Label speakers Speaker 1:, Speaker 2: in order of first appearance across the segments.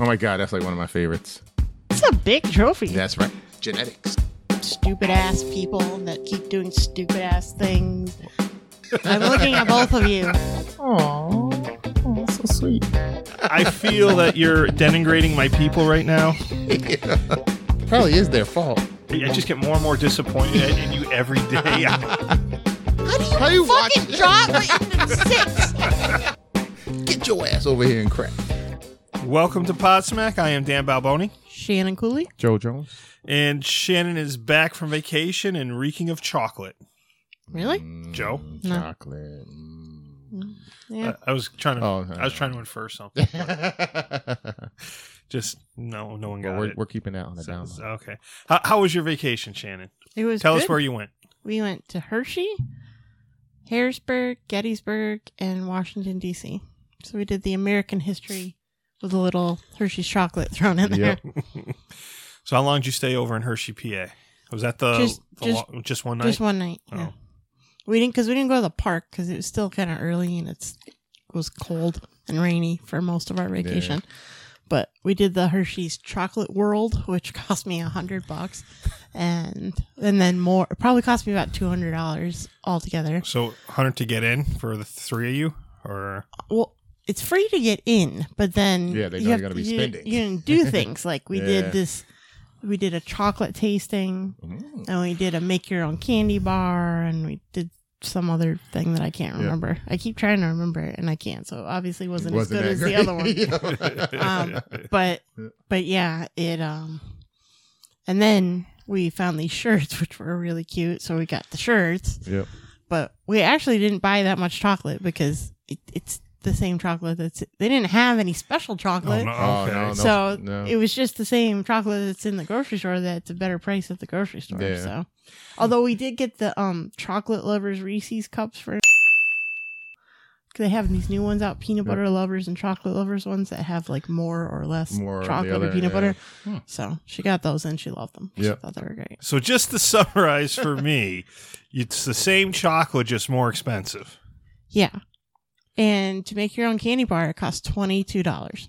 Speaker 1: Oh my god, that's like one of my favorites.
Speaker 2: It's a big trophy.
Speaker 1: That's right. Genetics.
Speaker 2: Stupid ass people that keep doing stupid ass things. I'm looking at both of you.
Speaker 1: Oh, so sweet.
Speaker 3: I feel that you're denigrating my people right now.
Speaker 1: Probably is their fault.
Speaker 3: I just get more and more disappointed in you every day.
Speaker 2: How do you,
Speaker 1: How you watch
Speaker 2: fucking drop it into six?
Speaker 1: Get your ass over here and crack.
Speaker 3: Welcome to Podsmack. I am Dan Balboni,
Speaker 2: Shannon Cooley.
Speaker 1: Joe Jones.
Speaker 3: and Shannon is back from vacation and reeking of chocolate.
Speaker 2: Really?
Speaker 3: Joe?
Speaker 2: No.
Speaker 1: Mm, Chocolate. Mm.
Speaker 2: Yeah.
Speaker 3: I, I was trying to.
Speaker 1: Oh,
Speaker 3: I was trying to infer something. Just no, no one got
Speaker 1: Well, we're,
Speaker 3: it.
Speaker 1: we're keeping that on the down.
Speaker 3: So- okay. How, how was your vacation, Shannon?
Speaker 2: it was
Speaker 3: Tell us
Speaker 2: good.
Speaker 3: where you went.
Speaker 2: we went to Hershey, Harrisburg, Gettysburg, and Washington D.C. So we did the American history with a little Hershey's chocolate thrown in there.
Speaker 1: Yep.
Speaker 3: So how long did you stay over in Hershey, PA? Was that the
Speaker 2: Just-
Speaker 3: the
Speaker 2: just-
Speaker 3: lo- just one night?
Speaker 2: Just one night. Yeah.
Speaker 3: Oh.
Speaker 2: We didn't because we didn't go to the park because it was still kind of early and it's it was cold and rainy for most of our vacation. But we did the Hershey's Chocolate World, which cost me a hundred bucks, and and then more. It probably cost me about two hundred dollars altogether.
Speaker 3: So hundred to get in for the three of you, or
Speaker 2: Well, it's free to get in, but then
Speaker 1: Yeah, they
Speaker 2: you
Speaker 1: know
Speaker 2: have
Speaker 1: you're gonna be
Speaker 2: you-
Speaker 1: spending.
Speaker 2: You can do things like we
Speaker 1: Yeah.
Speaker 2: did this. We did a chocolate tasting.
Speaker 1: Mm.
Speaker 2: And we did a make your own candy bar and we did some other thing that I can't
Speaker 1: Yeah.
Speaker 2: remember. I keep trying to remember it and I can't. So obviously wasn't,
Speaker 1: Wasn't
Speaker 2: as good
Speaker 1: that
Speaker 2: as the other one.
Speaker 1: great? Yeah.
Speaker 2: Um, but
Speaker 1: Yeah.
Speaker 2: but yeah, it um and then we found these shirts which were really cute, so we got the shirts.
Speaker 1: Yep.
Speaker 2: But we actually didn't buy that much chocolate because it, it's the same chocolate that's they didn't have any special chocolate.
Speaker 3: Oh, no,
Speaker 1: Oh,
Speaker 3: okay.
Speaker 1: no, no.
Speaker 2: So
Speaker 1: no.
Speaker 2: it was just the same chocolate that's in the grocery store that's a better price at the grocery store.
Speaker 1: Yeah.
Speaker 2: So although we did get the um chocolate lovers Reese's cups for 'Cause they have these new ones out, peanut
Speaker 1: Yep.
Speaker 2: butter lovers and chocolate lovers ones that have like more or less
Speaker 1: More of the
Speaker 2: chocolate
Speaker 1: other,
Speaker 2: or peanut
Speaker 1: yeah.
Speaker 2: butter.
Speaker 1: Hmm.
Speaker 2: So she got those and she loved them. She
Speaker 1: Yep.
Speaker 2: thought they were great.
Speaker 3: So just to summarize for me, it's the same chocolate, just more expensive.
Speaker 2: Yeah. And to make your own candy bar, it costs twenty two dollars.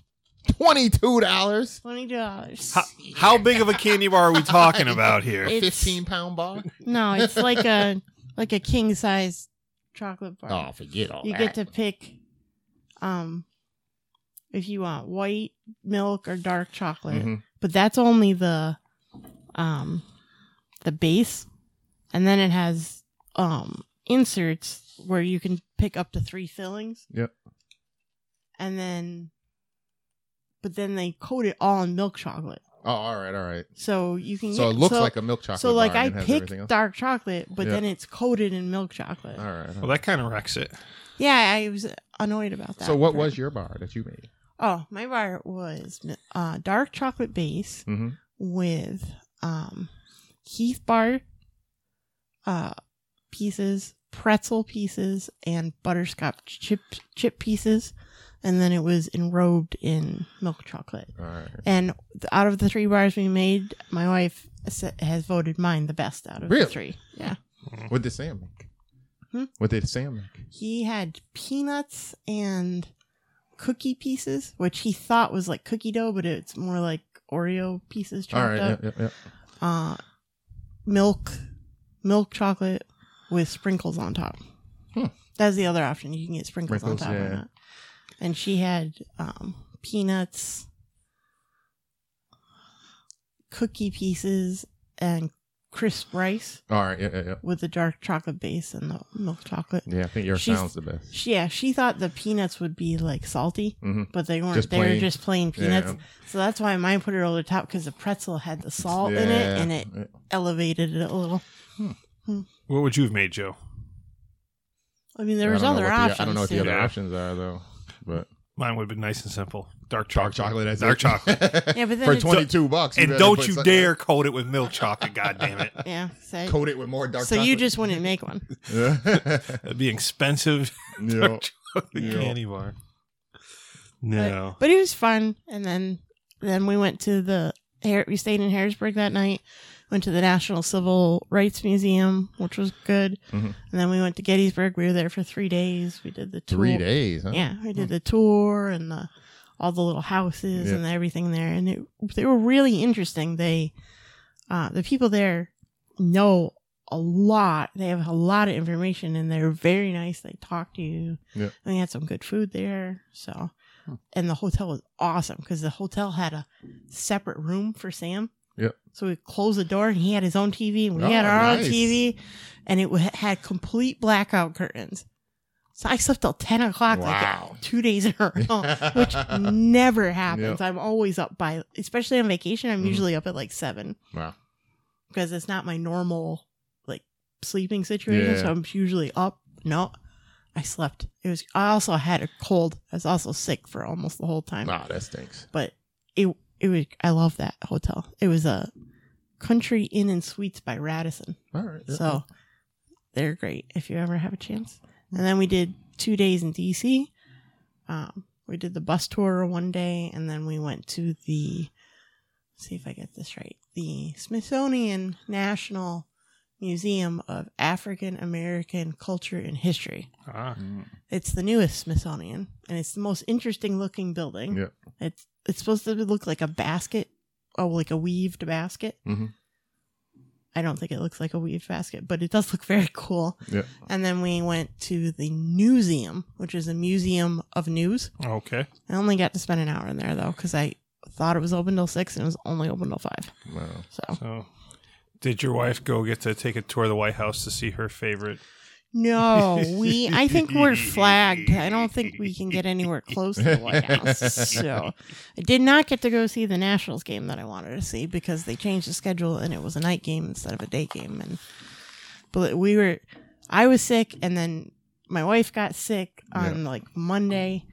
Speaker 1: Twenty-two dollars.
Speaker 2: Twenty two dollars.
Speaker 3: How, how big of a candy bar are we talking about here?
Speaker 2: It's-
Speaker 1: Fifteen-pound bar.
Speaker 2: No, it's like a like a king size chocolate bar.
Speaker 1: Oh, forget all
Speaker 2: you
Speaker 1: that.
Speaker 2: get to pick um if you want white milk or dark chocolate
Speaker 1: Mhm.
Speaker 2: but that's only the um the base and then it has um inserts where you can pick up to three fillings
Speaker 1: Yep.
Speaker 2: and then but then they coat it all in milk chocolate
Speaker 1: Oh, all right, all right.
Speaker 2: so you can
Speaker 1: So
Speaker 2: get,
Speaker 1: it looks like a milk chocolate.
Speaker 2: so like
Speaker 1: bar
Speaker 2: i
Speaker 1: and it has everything
Speaker 2: picked
Speaker 1: else.
Speaker 2: dark chocolate but
Speaker 1: Yeah.
Speaker 2: then it's coated in milk chocolate
Speaker 1: All right. all
Speaker 3: Well,
Speaker 1: right.
Speaker 3: that kind of wrecks it.
Speaker 2: yeah i was annoyed about that
Speaker 1: So what
Speaker 2: part.
Speaker 1: was your bar that you made?
Speaker 2: Oh, my bar was uh, dark chocolate base
Speaker 1: Mm-hmm.
Speaker 2: with um, Heath bar uh, pieces, pretzel pieces, and butterscotch chip chip pieces, and then it was enrobed in milk chocolate.
Speaker 1: All right.
Speaker 2: And th- out of the three bars we made, my wife s- has voted mine the best out of
Speaker 1: Really?
Speaker 2: the three. Yeah,
Speaker 1: What did Sam make?
Speaker 2: Hmm?
Speaker 1: What did Sam make?
Speaker 2: he had peanuts and cookie pieces, which he thought was like cookie dough, but it's more like Oreo pieces chopped
Speaker 1: All right.
Speaker 2: up.
Speaker 1: Yep, yep, yep.
Speaker 2: uh, milk, milk chocolate with sprinkles on top.
Speaker 1: Hmm.
Speaker 2: That's the other option. You can get sprinkles,
Speaker 1: Sprinkles,
Speaker 2: on top.
Speaker 1: yeah.
Speaker 2: or not. And she had um, peanuts, cookie pieces, and crisp rice
Speaker 1: All right. Yeah, yeah, yeah.
Speaker 2: with the dark chocolate base and the milk chocolate.
Speaker 1: Yeah, I think yours
Speaker 2: She's-
Speaker 1: sounds the best.
Speaker 2: She, yeah, she thought the peanuts would be like salty,
Speaker 1: Mhm.
Speaker 2: but they weren't.
Speaker 1: Just
Speaker 2: they
Speaker 1: plain.
Speaker 2: were just plain peanuts.
Speaker 1: Yeah.
Speaker 2: So that's why mine put it over the top because the pretzel had the salt in it
Speaker 1: Yeah.
Speaker 2: and it elevated it a little.
Speaker 3: What would you have made, Joe?
Speaker 2: I mean, there was
Speaker 1: I don't know what
Speaker 2: other
Speaker 1: the-
Speaker 2: options.
Speaker 1: I don't know what the
Speaker 2: too.
Speaker 1: other
Speaker 3: Yeah.
Speaker 1: options are though. But
Speaker 3: Mine would have been nice and simple. Dark
Speaker 1: dark chocolate,
Speaker 3: chocolate.
Speaker 1: that's
Speaker 3: Dark
Speaker 1: it.
Speaker 3: chocolate.
Speaker 2: Yeah, but then
Speaker 1: for
Speaker 2: it's-
Speaker 1: twenty two bucks.
Speaker 3: and
Speaker 1: better
Speaker 3: don't
Speaker 1: put
Speaker 3: you
Speaker 1: something-
Speaker 3: dare coat it with milk chocolate, goddammn it.
Speaker 2: Yeah. So,
Speaker 1: coat it with more dark.
Speaker 2: so you just wouldn't make one.
Speaker 1: just
Speaker 3: That'd be expensive
Speaker 1: yeah.
Speaker 3: dark chocolate
Speaker 1: Yeah.
Speaker 3: candy bar. No.
Speaker 2: But it was fun. And then then we went to the Har- we stayed in Harrisburg that night. Went to the National Civil Rights Museum, which was good.
Speaker 1: Mhm.
Speaker 2: And then we went to Gettysburg. We were there for three days. We did the tour.
Speaker 1: Three days. Huh?
Speaker 2: Yeah, we did the tour and the all the little houses
Speaker 1: Hmm. Yeah.
Speaker 2: and everything there, and it, they were really interesting. They, uh, the people there know a lot. They have a lot of information, and they're very nice. They talk to you.
Speaker 1: Yeah.
Speaker 2: And they had some good food there. So,
Speaker 1: Hmm.
Speaker 2: and the hotel was awesome because the hotel had a separate room for Sam.
Speaker 1: Yep.
Speaker 2: So we closed the door, and he had his own TV, and we
Speaker 1: Oh,
Speaker 2: had our
Speaker 1: nice.
Speaker 2: own TV, and it wa- had complete blackout curtains. So I slept till ten o'clock,
Speaker 1: Wow.
Speaker 2: like two days in a row Oh, which never
Speaker 1: Yep.
Speaker 2: happens. I'm always up by, especially on vacation. I'm
Speaker 1: Mhm.
Speaker 2: usually up at like seven
Speaker 1: wow.
Speaker 2: because it's not my normal like sleeping situation. So
Speaker 1: Yeah.
Speaker 2: I'm usually up. No, I slept. It was. I also had a cold. I was also sick for almost the whole time.
Speaker 1: Nah, that stinks.
Speaker 2: But it it was. I love that hotel. It was a Country Inn and Suites by Radisson.
Speaker 1: All right. yeah.
Speaker 2: So they're great if you ever have a chance. And then we did two days in DC. Um, we did the bus tour one day, and then we went to the let's see if I get this right the Smithsonian National Museum of African American Culture and History.
Speaker 3: Ah,
Speaker 1: Mm.
Speaker 2: It's the newest Smithsonian, and it's the most interesting looking building.
Speaker 1: Yep.
Speaker 2: It's it's supposed to look like a basket, oh, like a weaved basket.
Speaker 1: Mhm.
Speaker 2: I don't think it looks like a weaved basket, but it does look very cool.
Speaker 1: Yep.
Speaker 2: And then we went to the museum, which is a museum of news.
Speaker 3: okay.
Speaker 2: I only got to spend an hour in there though, because I thought it was open till six, and it was only open till five.
Speaker 1: Wow.
Speaker 2: So
Speaker 3: So, did your wife go get to take a tour of the White House to see her favorite?
Speaker 2: no, we. I think we're flagged. I don't think we can get anywhere close to the White House. So I did not get to go see the Nationals game that I wanted to see because they changed the schedule and it was a night game instead of a day game. And but we were, I was sick, and then my wife got sick on like Monday,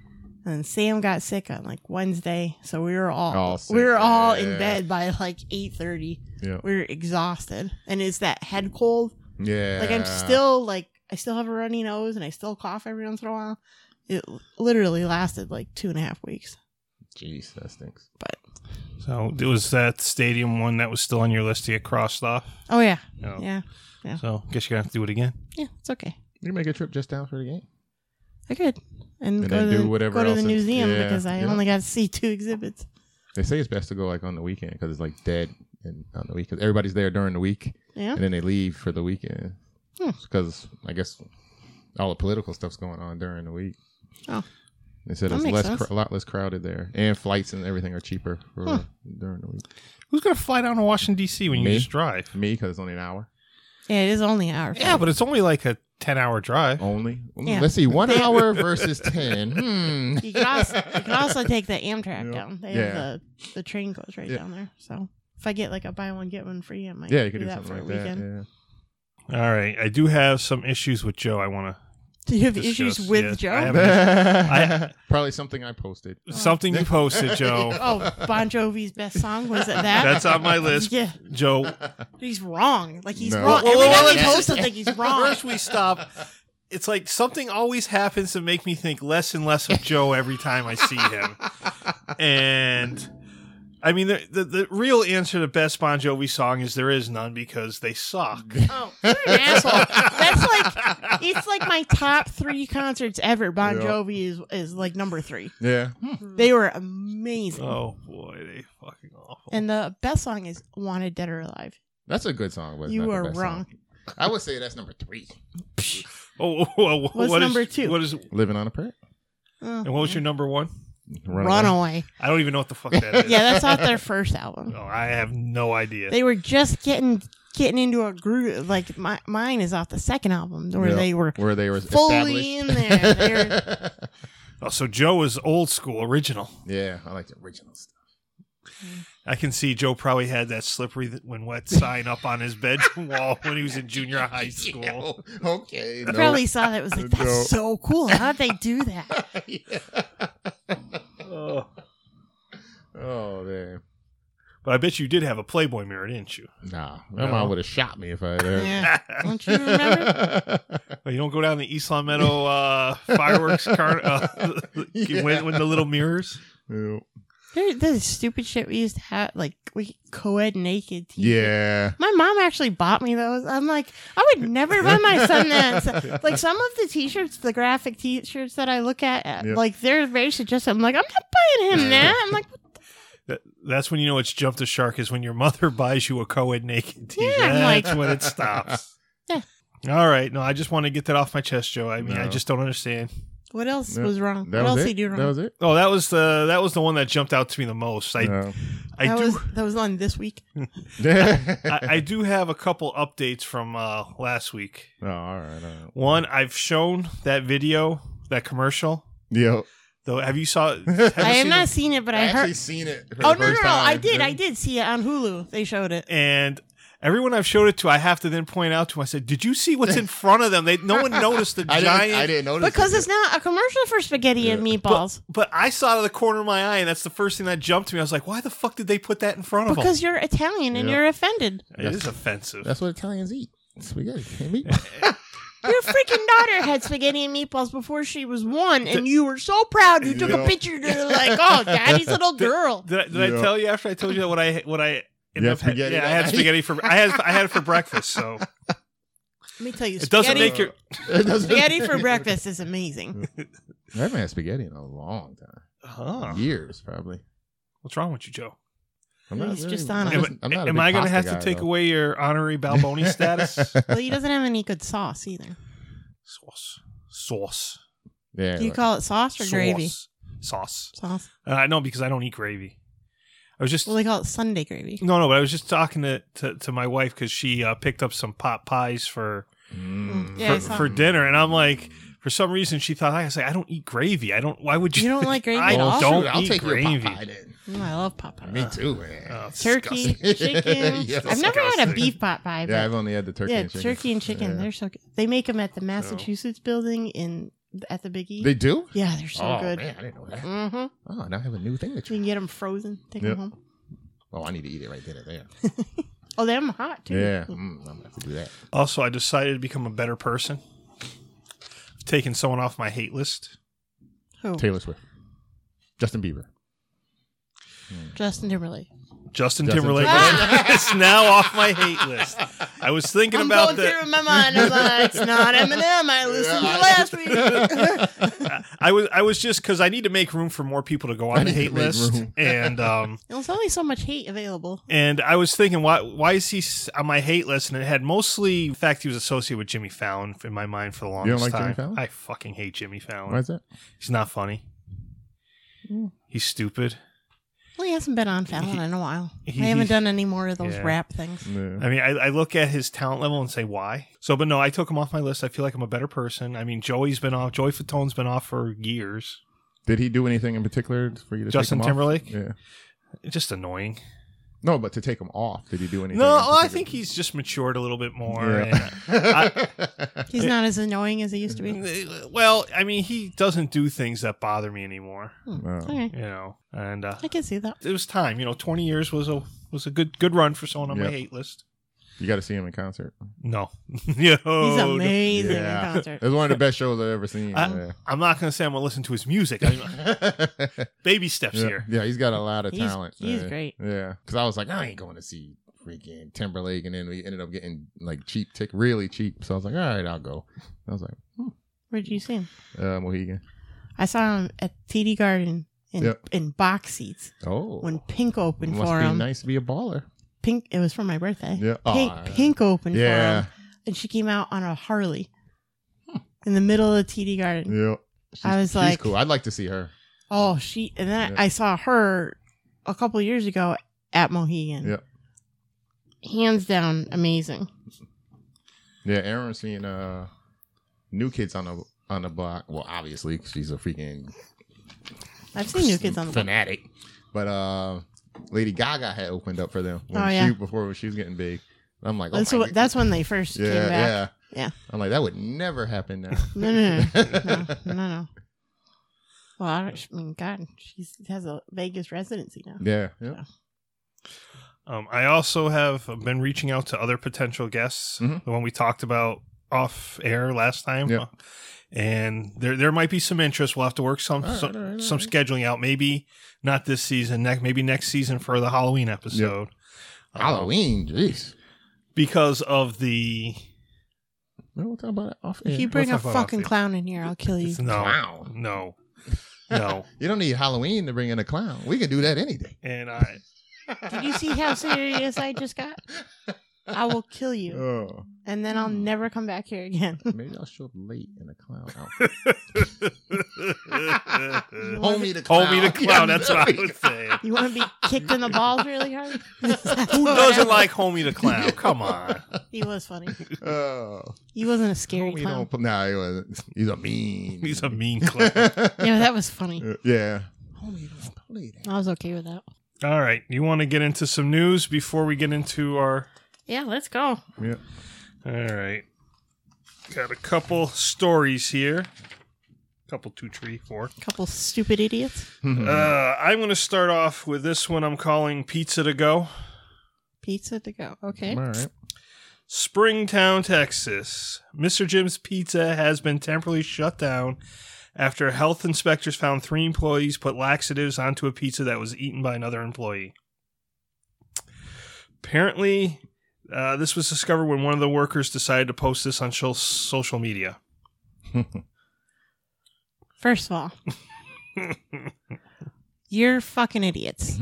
Speaker 2: and then Sam got sick on like Wednesday. So we were all,
Speaker 1: All sick,
Speaker 2: we were all
Speaker 1: yeah.
Speaker 2: in bed by like eight thirty.
Speaker 1: Yeah.
Speaker 2: We were exhausted, and it's that head cold.
Speaker 1: Yeah.
Speaker 2: Like I'm still like I still have a runny nose and I still cough every once in a while. It literally lasted like two and a half weeks.
Speaker 1: Jeez, that stinks.
Speaker 3: So, it was that stadium one that was still on your list to get crossed off?
Speaker 2: Oh yeah,
Speaker 3: No.
Speaker 2: yeah,
Speaker 3: So, guess you're going to have to do it again.
Speaker 2: yeah. It's okay.
Speaker 1: You make a trip just down for the game.
Speaker 2: I could and,
Speaker 1: And
Speaker 2: go
Speaker 1: then
Speaker 2: to
Speaker 1: do
Speaker 2: the,
Speaker 1: whatever
Speaker 2: go to
Speaker 1: else
Speaker 2: the
Speaker 1: it-
Speaker 2: museum
Speaker 1: yeah,
Speaker 2: because I
Speaker 1: yeah.
Speaker 2: only got to see two exhibits.
Speaker 1: They say it's best to go like on the weekend because it's like dead and on the week 'cause everybody's there during the week
Speaker 2: Yeah,
Speaker 1: and then they leave for the weekend
Speaker 2: Hmm.
Speaker 1: because I guess all the political stuff's going on during the week.
Speaker 2: Oh.
Speaker 1: They said
Speaker 2: That
Speaker 1: it's
Speaker 2: makes
Speaker 1: less,
Speaker 2: sense.
Speaker 1: cr- a lot less crowded there, and flights and everything are cheaper for
Speaker 2: Huh.
Speaker 1: during the week.
Speaker 3: Who's going to fly down to Washington, D.C. when you
Speaker 1: Me?
Speaker 3: just drive?
Speaker 1: Me, because it's only an hour
Speaker 2: yeah. It is only an hour.
Speaker 3: Yeah, but it's only like a 10 hour drive.
Speaker 1: only. Mm,
Speaker 2: Yeah.
Speaker 1: Let's see, one hour versus ten. Hmm.
Speaker 2: you can also you can also take the Amtrak
Speaker 1: Yeah.
Speaker 2: down. They
Speaker 1: Yeah.
Speaker 2: have the the train goes right
Speaker 1: Yeah.
Speaker 2: down there. So if I get like a buy one get one free, I might
Speaker 1: Yeah, you could
Speaker 2: do,
Speaker 1: do,
Speaker 2: that for
Speaker 1: something
Speaker 2: a
Speaker 1: like that.
Speaker 2: weekend.
Speaker 1: Yeah.
Speaker 3: All right. I do have some issues with Joe. I want to
Speaker 2: Do you have
Speaker 3: Discuss,
Speaker 2: issues
Speaker 3: yeah.
Speaker 2: with
Speaker 3: I
Speaker 2: Joe?
Speaker 3: have- I-
Speaker 1: Probably something I posted.
Speaker 3: Something you posted, Joe.
Speaker 2: Oh, Bon Jovi's best song was it that?
Speaker 3: That's on my list.
Speaker 2: yeah.
Speaker 3: Joe,
Speaker 2: He's wrong. Like he's
Speaker 1: No.
Speaker 2: wrong.
Speaker 3: Well, well,
Speaker 2: Every
Speaker 3: well,
Speaker 2: time
Speaker 3: let's-
Speaker 2: he posts something, he's wrong.
Speaker 3: first we stop. It's like something always happens to make me think less and less of Joe every time I see him. And I mean, the, the, the real answer to best Bon Jovi song is there is none because they suck.
Speaker 2: Oh, you're an asshole. That's like it's like my top three concerts ever. Bon
Speaker 1: Yeah.
Speaker 2: Jovi is is like number three.
Speaker 1: Yeah.
Speaker 2: They were amazing.
Speaker 3: Oh boy, they fucking awful.
Speaker 2: And the best song is "Wanted Dead or Alive."
Speaker 1: That's a good song, but it's
Speaker 2: you
Speaker 1: not the
Speaker 2: are
Speaker 1: best
Speaker 2: wrong.
Speaker 1: song. I would say that's number three.
Speaker 3: oh, oh, oh, oh,
Speaker 2: What's
Speaker 3: what is-
Speaker 2: number two?
Speaker 3: What is
Speaker 1: Living on a Prayer.
Speaker 2: Oh,
Speaker 3: and what was your number one?
Speaker 1: Runaway.
Speaker 2: Runaway?
Speaker 3: I don't even know what the fuck that is.
Speaker 2: Yeah, that's off their first album.
Speaker 3: Oh, I have no idea.
Speaker 2: They were just getting getting into a groove. Like my mine is off the second album where
Speaker 1: Yeah.
Speaker 2: they were
Speaker 1: Where they were
Speaker 2: fully in there. They were
Speaker 1: established.
Speaker 3: oh, so Joe is old school, original.
Speaker 1: yeah, I like the original stuff.
Speaker 3: I can see Joe probably had that slippery th- when wet sign up on his bedroom wall when he was in junior high school.
Speaker 1: Yeah, okay.
Speaker 2: I
Speaker 1: no.
Speaker 2: probably saw that. It was like, that's
Speaker 1: No.
Speaker 2: so cool. How'd they do that?
Speaker 1: Yeah.
Speaker 3: Oh.
Speaker 1: Oh man.
Speaker 3: But I bet you did have a Playboy mirror, didn't you?
Speaker 1: Nah. My
Speaker 3: No.
Speaker 1: mom would have shot me if I had that.
Speaker 2: Yeah. Don't you remember?
Speaker 3: Well, you don't go down the Eastland Meadow uh, fireworks car uh,
Speaker 1: Yeah.
Speaker 3: when, when the little mirrors.
Speaker 1: Yeah.
Speaker 2: There, this stupid shit we used to have, like we co-ed naked. T-shirts.
Speaker 1: Yeah.
Speaker 2: My mom actually bought me those. I'm like, I would never buy my son that. Like some of the T-shirts, the graphic T-shirts that I look at, uh,
Speaker 1: Yeah.
Speaker 2: like they're very suggestive. I'm like, I'm not buying him that. I'm like,
Speaker 3: That, that's when you know it's jump the shark is when your mother buys you a co-ed naked t-shirt.
Speaker 2: Yeah, I'm like-
Speaker 3: that's when it stops.
Speaker 2: Yeah.
Speaker 3: All right. No, I just want to get that off my chest, Joe. I mean, I
Speaker 1: No.
Speaker 3: just don't understand.
Speaker 2: what else
Speaker 1: Yeah,
Speaker 2: was wrong?
Speaker 1: That
Speaker 2: what
Speaker 1: was
Speaker 2: else
Speaker 1: it.
Speaker 2: did you do wrong?
Speaker 1: That was it.
Speaker 3: Oh, that was the that was the one that jumped out to me the most. I
Speaker 1: No.
Speaker 3: I
Speaker 2: that
Speaker 3: do
Speaker 2: was that was on this week.
Speaker 3: I, I do have a couple updates from uh, last week.
Speaker 1: oh, all right. All right.
Speaker 3: One, I've shown that video, that commercial.
Speaker 1: Yo.
Speaker 3: Though, have you saw? Have you
Speaker 2: I have
Speaker 3: seen
Speaker 2: not
Speaker 3: it?
Speaker 2: seen it, but
Speaker 1: I
Speaker 2: I,
Speaker 1: actually
Speaker 2: heard.
Speaker 1: seen it. for
Speaker 2: Oh
Speaker 1: the
Speaker 2: no, no, no!
Speaker 1: first
Speaker 2: I
Speaker 1: time.
Speaker 2: did, I did see it on Hulu. They showed it.
Speaker 3: And everyone I've showed it to, I have to then point out to. Them, I said, "Did you see what's in front of them?" They no one noticed the
Speaker 1: I
Speaker 3: giant.
Speaker 1: Didn't, I didn't notice
Speaker 2: Because
Speaker 1: it.
Speaker 2: it's not a commercial for spaghetti and meatballs.
Speaker 3: But I saw it out of the corner of my eye, and that's the first thing that jumped to me. I was like, "Why the fuck did they put that in front of
Speaker 2: because you're Italian and
Speaker 1: Yeah.
Speaker 2: you're offended.
Speaker 3: them?" It is offensive.
Speaker 1: That's what Italians eat. Spaghetti and meat.
Speaker 2: Your freaking daughter had spaghetti and meatballs before she was one, and you were so proud you took a
Speaker 1: Yeah.
Speaker 2: picture to like, oh, daddy's little girl.
Speaker 3: Did I, did
Speaker 1: Yeah.
Speaker 3: I tell you after I told you that what I what I
Speaker 1: You
Speaker 3: ended
Speaker 1: had
Speaker 3: up ha-
Speaker 1: spaghetti
Speaker 3: yeah, I
Speaker 1: that
Speaker 3: had
Speaker 1: night?
Speaker 3: spaghetti for I had I had it for breakfast. So
Speaker 2: Let me tell you,
Speaker 3: it doesn't
Speaker 2: spaghetti,
Speaker 3: make your
Speaker 1: It doesn't-
Speaker 2: spaghetti for breakfast is amazing.
Speaker 1: I haven't had spaghetti in a long time.
Speaker 3: huh.
Speaker 1: Years, probably.
Speaker 3: What's wrong with you, Joe?
Speaker 1: I'm
Speaker 2: He's just
Speaker 1: I'm
Speaker 2: on a-
Speaker 1: not- I'm not a
Speaker 3: Am
Speaker 1: big
Speaker 3: I going
Speaker 1: pasta
Speaker 3: to have to
Speaker 1: guy,
Speaker 3: take
Speaker 1: though.
Speaker 3: away your honorary Balboni status?
Speaker 2: Well, he doesn't have any good sauce either.
Speaker 3: Sauce. Sauce.
Speaker 1: Yeah.
Speaker 2: Do you call it sauce or
Speaker 3: Sauce.
Speaker 2: gravy?
Speaker 3: Sauce.
Speaker 2: Sauce.
Speaker 3: Uh, I know because I don't eat gravy. I was just
Speaker 2: Well,
Speaker 3: no,
Speaker 2: they call it Sunday gravy.
Speaker 3: no, but I was just talking to to, to my wife because she uh, picked up some pot pies for
Speaker 1: Mm.
Speaker 2: Yeah, I
Speaker 3: for,
Speaker 2: saw-
Speaker 3: for dinner, and I'm like, for some reason, she thought I was like, I don't eat gravy. I don't. Why would you?
Speaker 2: You don't like gravy
Speaker 3: I
Speaker 2: at all?
Speaker 3: don't
Speaker 1: shoot, I'll
Speaker 3: eat
Speaker 1: take your
Speaker 3: gravy.
Speaker 1: pot pie then.
Speaker 2: Mm, I love pot pie.
Speaker 1: Me too, man.
Speaker 3: Oh, it's
Speaker 2: Turkey,
Speaker 3: disgusting.
Speaker 1: disgusting.
Speaker 2: chicken.
Speaker 1: Yes.
Speaker 2: I've never had a
Speaker 3: Disgusting.
Speaker 2: beef pot pie. But
Speaker 1: yeah, I've only had the turkey
Speaker 2: yeah,
Speaker 1: and chicken.
Speaker 2: turkey and chicken.
Speaker 1: Yeah.
Speaker 2: They're so good. They make them at the Massachusetts building in at the Big E.
Speaker 1: They do?
Speaker 2: yeah, they're so
Speaker 1: oh,
Speaker 2: good.
Speaker 1: man, I didn't know that.
Speaker 2: Mm-hmm. You
Speaker 1: Oh, now I have a new thing that you.
Speaker 2: can get them frozen. Take
Speaker 1: Yeah.
Speaker 2: them home.
Speaker 1: Oh, I need to eat it right then and there.
Speaker 2: Oh, they're hot too.
Speaker 1: Yeah, mm, I'm gonna have to do that.
Speaker 3: Also, I decided to become a better person. I've taken someone off my hate list.
Speaker 2: Who?
Speaker 1: Taylor Swift, Justin Bieber.
Speaker 2: Justin Timberlake.
Speaker 3: Justin,
Speaker 1: Justin
Speaker 3: Timberlake
Speaker 2: Timberlake.
Speaker 3: is now off my hate list. I was thinking
Speaker 2: I'm going
Speaker 3: about that.
Speaker 2: through in my mind. I'm like, it's not Eminem. I listened to last week.
Speaker 3: I was I was just because I need to make room for more people to go on
Speaker 1: I
Speaker 3: the
Speaker 1: need to
Speaker 3: hate
Speaker 1: make
Speaker 3: list,
Speaker 1: room.
Speaker 3: and um
Speaker 2: There's only so much hate available.
Speaker 3: and I was thinking why why is he s- on my hate list? And it had mostly the fact he was associated with Jimmy Fallon in my mind for the
Speaker 1: don't
Speaker 3: longest
Speaker 1: like
Speaker 3: time.
Speaker 1: Jimmy Fallon?
Speaker 3: I fucking hate Jimmy Fallon.
Speaker 1: Why is that?
Speaker 3: He's not funny.
Speaker 2: Mm.
Speaker 3: He's stupid.
Speaker 2: Well, he hasn't been on Fallon in a while.
Speaker 3: he-
Speaker 2: I haven't done any more of those
Speaker 3: Yeah.
Speaker 2: rap things.
Speaker 1: Yeah.
Speaker 3: I mean, I, I look at his talent level and say why. So, but no, I took him off my list. I feel like I'm a better person. I mean, Joey's been off. Joey Fatone's been off for years.
Speaker 1: Did he do anything in particular for you to
Speaker 3: Justin
Speaker 1: take him
Speaker 3: Timberlake,
Speaker 1: Off? Yeah.
Speaker 3: just annoying.
Speaker 1: No, but to take him off, did he do anything?
Speaker 3: No,
Speaker 1: in
Speaker 3: well, I
Speaker 1: particular?
Speaker 3: think he's just matured a little bit more. and-
Speaker 1: Yeah.
Speaker 2: He's not as annoying as he used to
Speaker 1: Oh.
Speaker 2: be.
Speaker 3: Well, I mean, he doesn't do things that bother me anymore,
Speaker 1: No.
Speaker 2: Okay.
Speaker 3: you know. And uh,
Speaker 2: I can see that.
Speaker 3: it was time, you know. Twenty years was a was a good good run for someone on my
Speaker 1: Yep.
Speaker 3: hate list.
Speaker 1: You got to see him in concert.
Speaker 3: No, Yo,
Speaker 2: He's
Speaker 3: Oh, no.
Speaker 2: amazing
Speaker 1: Yeah.
Speaker 2: in concert.
Speaker 1: It was one of the best shows I've ever seen.
Speaker 3: I, I'm not going to say I'm going to listen to his music. I mean,
Speaker 1: yeah.
Speaker 3: baby steps
Speaker 1: yeah.
Speaker 3: here.
Speaker 1: yeah, he's got a lot of
Speaker 2: He's-
Speaker 1: talent.
Speaker 2: he's
Speaker 1: yeah.
Speaker 2: great.
Speaker 1: Yeah, because I was like, I ain't going to see freaking Timberlake, and then we ended up getting like cheap tick, really cheap. So I was like, all right, I'll go. I was like,
Speaker 2: Where did you see him?
Speaker 1: uh, Mohegan.
Speaker 2: I saw him at TD Garden in
Speaker 1: Yeah.
Speaker 2: in box seats
Speaker 1: Oh,
Speaker 2: when Pink opened
Speaker 1: must
Speaker 2: for
Speaker 1: be
Speaker 2: him.
Speaker 1: nice to be a baller.
Speaker 2: Pink, it was for my birthday.
Speaker 1: Yeah.
Speaker 2: Pink,
Speaker 1: Aw.
Speaker 2: Pink opened
Speaker 1: Yeah.
Speaker 2: for him, and she came out on a Harley in the middle of TD Garden.
Speaker 1: Yeah,
Speaker 2: I was
Speaker 1: she's
Speaker 2: like-
Speaker 1: cool. I'd like to see her.
Speaker 2: Oh, she and then
Speaker 1: Yeah.
Speaker 2: I saw her a couple years ago at Mohegan.
Speaker 1: Yeah.
Speaker 2: Hands down, amazing.
Speaker 1: Yeah, Aaron's seeing uh, new kids on the on the block. Well, obviously, 'cause she's a freaking
Speaker 2: I've seen new kids on the block.
Speaker 1: fanatic. But uh, Lady Gaga had opened up for them when
Speaker 2: Oh,
Speaker 1: she
Speaker 2: yeah.
Speaker 1: before she was getting big. I'm like, oh
Speaker 2: That's
Speaker 1: my
Speaker 2: what.
Speaker 1: God.
Speaker 2: That's when they first
Speaker 1: yeah,
Speaker 2: came back.
Speaker 1: yeah,
Speaker 2: Yeah.
Speaker 1: I'm like, that would never happen now.
Speaker 2: No, no, no. no, no, no. Well, I, don't, I mean, God, she has a Vegas residency now.
Speaker 1: yeah, yeah.
Speaker 3: Um, I also have been reaching out to other potential guests.
Speaker 1: Mhm.
Speaker 3: The one we talked about off air last time
Speaker 1: Yeah.
Speaker 3: and there there might be some interest. We'll have to work some
Speaker 1: All right,
Speaker 3: some,
Speaker 1: all right, all
Speaker 3: some
Speaker 1: right.
Speaker 3: scheduling out. Maybe not this season. Next, maybe next season for the Halloween episode. Um,
Speaker 1: Halloween, jeez.
Speaker 3: because of the
Speaker 1: We'll talk about it off.
Speaker 2: If you
Speaker 1: air.
Speaker 2: bring
Speaker 3: we'll
Speaker 2: a
Speaker 3: talk about
Speaker 2: fucking
Speaker 3: it.
Speaker 2: clown in here, I'll kill you.
Speaker 3: it's- no
Speaker 1: Clown.
Speaker 3: no no.
Speaker 1: You don't need Halloween to bring in a clown. We can do that any day.
Speaker 3: And I
Speaker 2: Did you see how serious I just got? I will kill you,
Speaker 1: Oh,
Speaker 2: and then I'll never come back here again.
Speaker 1: maybe I'll show up late in a clown outfit. Homie the clown.
Speaker 3: call me the clown. That's what I was saying.
Speaker 2: You want to be kicked in the balls really hard?
Speaker 3: Who doesn't like Homie the Clown? Come on.
Speaker 2: He was funny.
Speaker 1: Oh,
Speaker 2: He wasn't a scary
Speaker 1: homie
Speaker 2: clown.
Speaker 1: don't. put- Nah, he wasn't. He's a mean.
Speaker 3: He's a mean clown.
Speaker 2: Yeah, that was funny.
Speaker 1: yeah. Homie don't play that.
Speaker 2: I was okay with that.
Speaker 3: All right. You want to get into some news before we get into our.
Speaker 2: Yeah, let's go.
Speaker 1: Yeah.
Speaker 3: All right. Got a couple stories here. Couple, two, three, four.
Speaker 2: Couple stupid idiots.
Speaker 1: Hmm.
Speaker 3: Uh, I'm going to start off with this one I'm calling Pizza to Go.
Speaker 2: Pizza to go. Okay.
Speaker 1: All right.
Speaker 3: Springtown, Texas. Mr. Jim's Pizza has been temporarily shut down after health inspectors found three employees put laxatives onto a pizza that was eaten by another employee. Apparently, uh, this was discovered when one of the workers decided to post this on sho- social media.
Speaker 2: First of all, you're fucking idiots.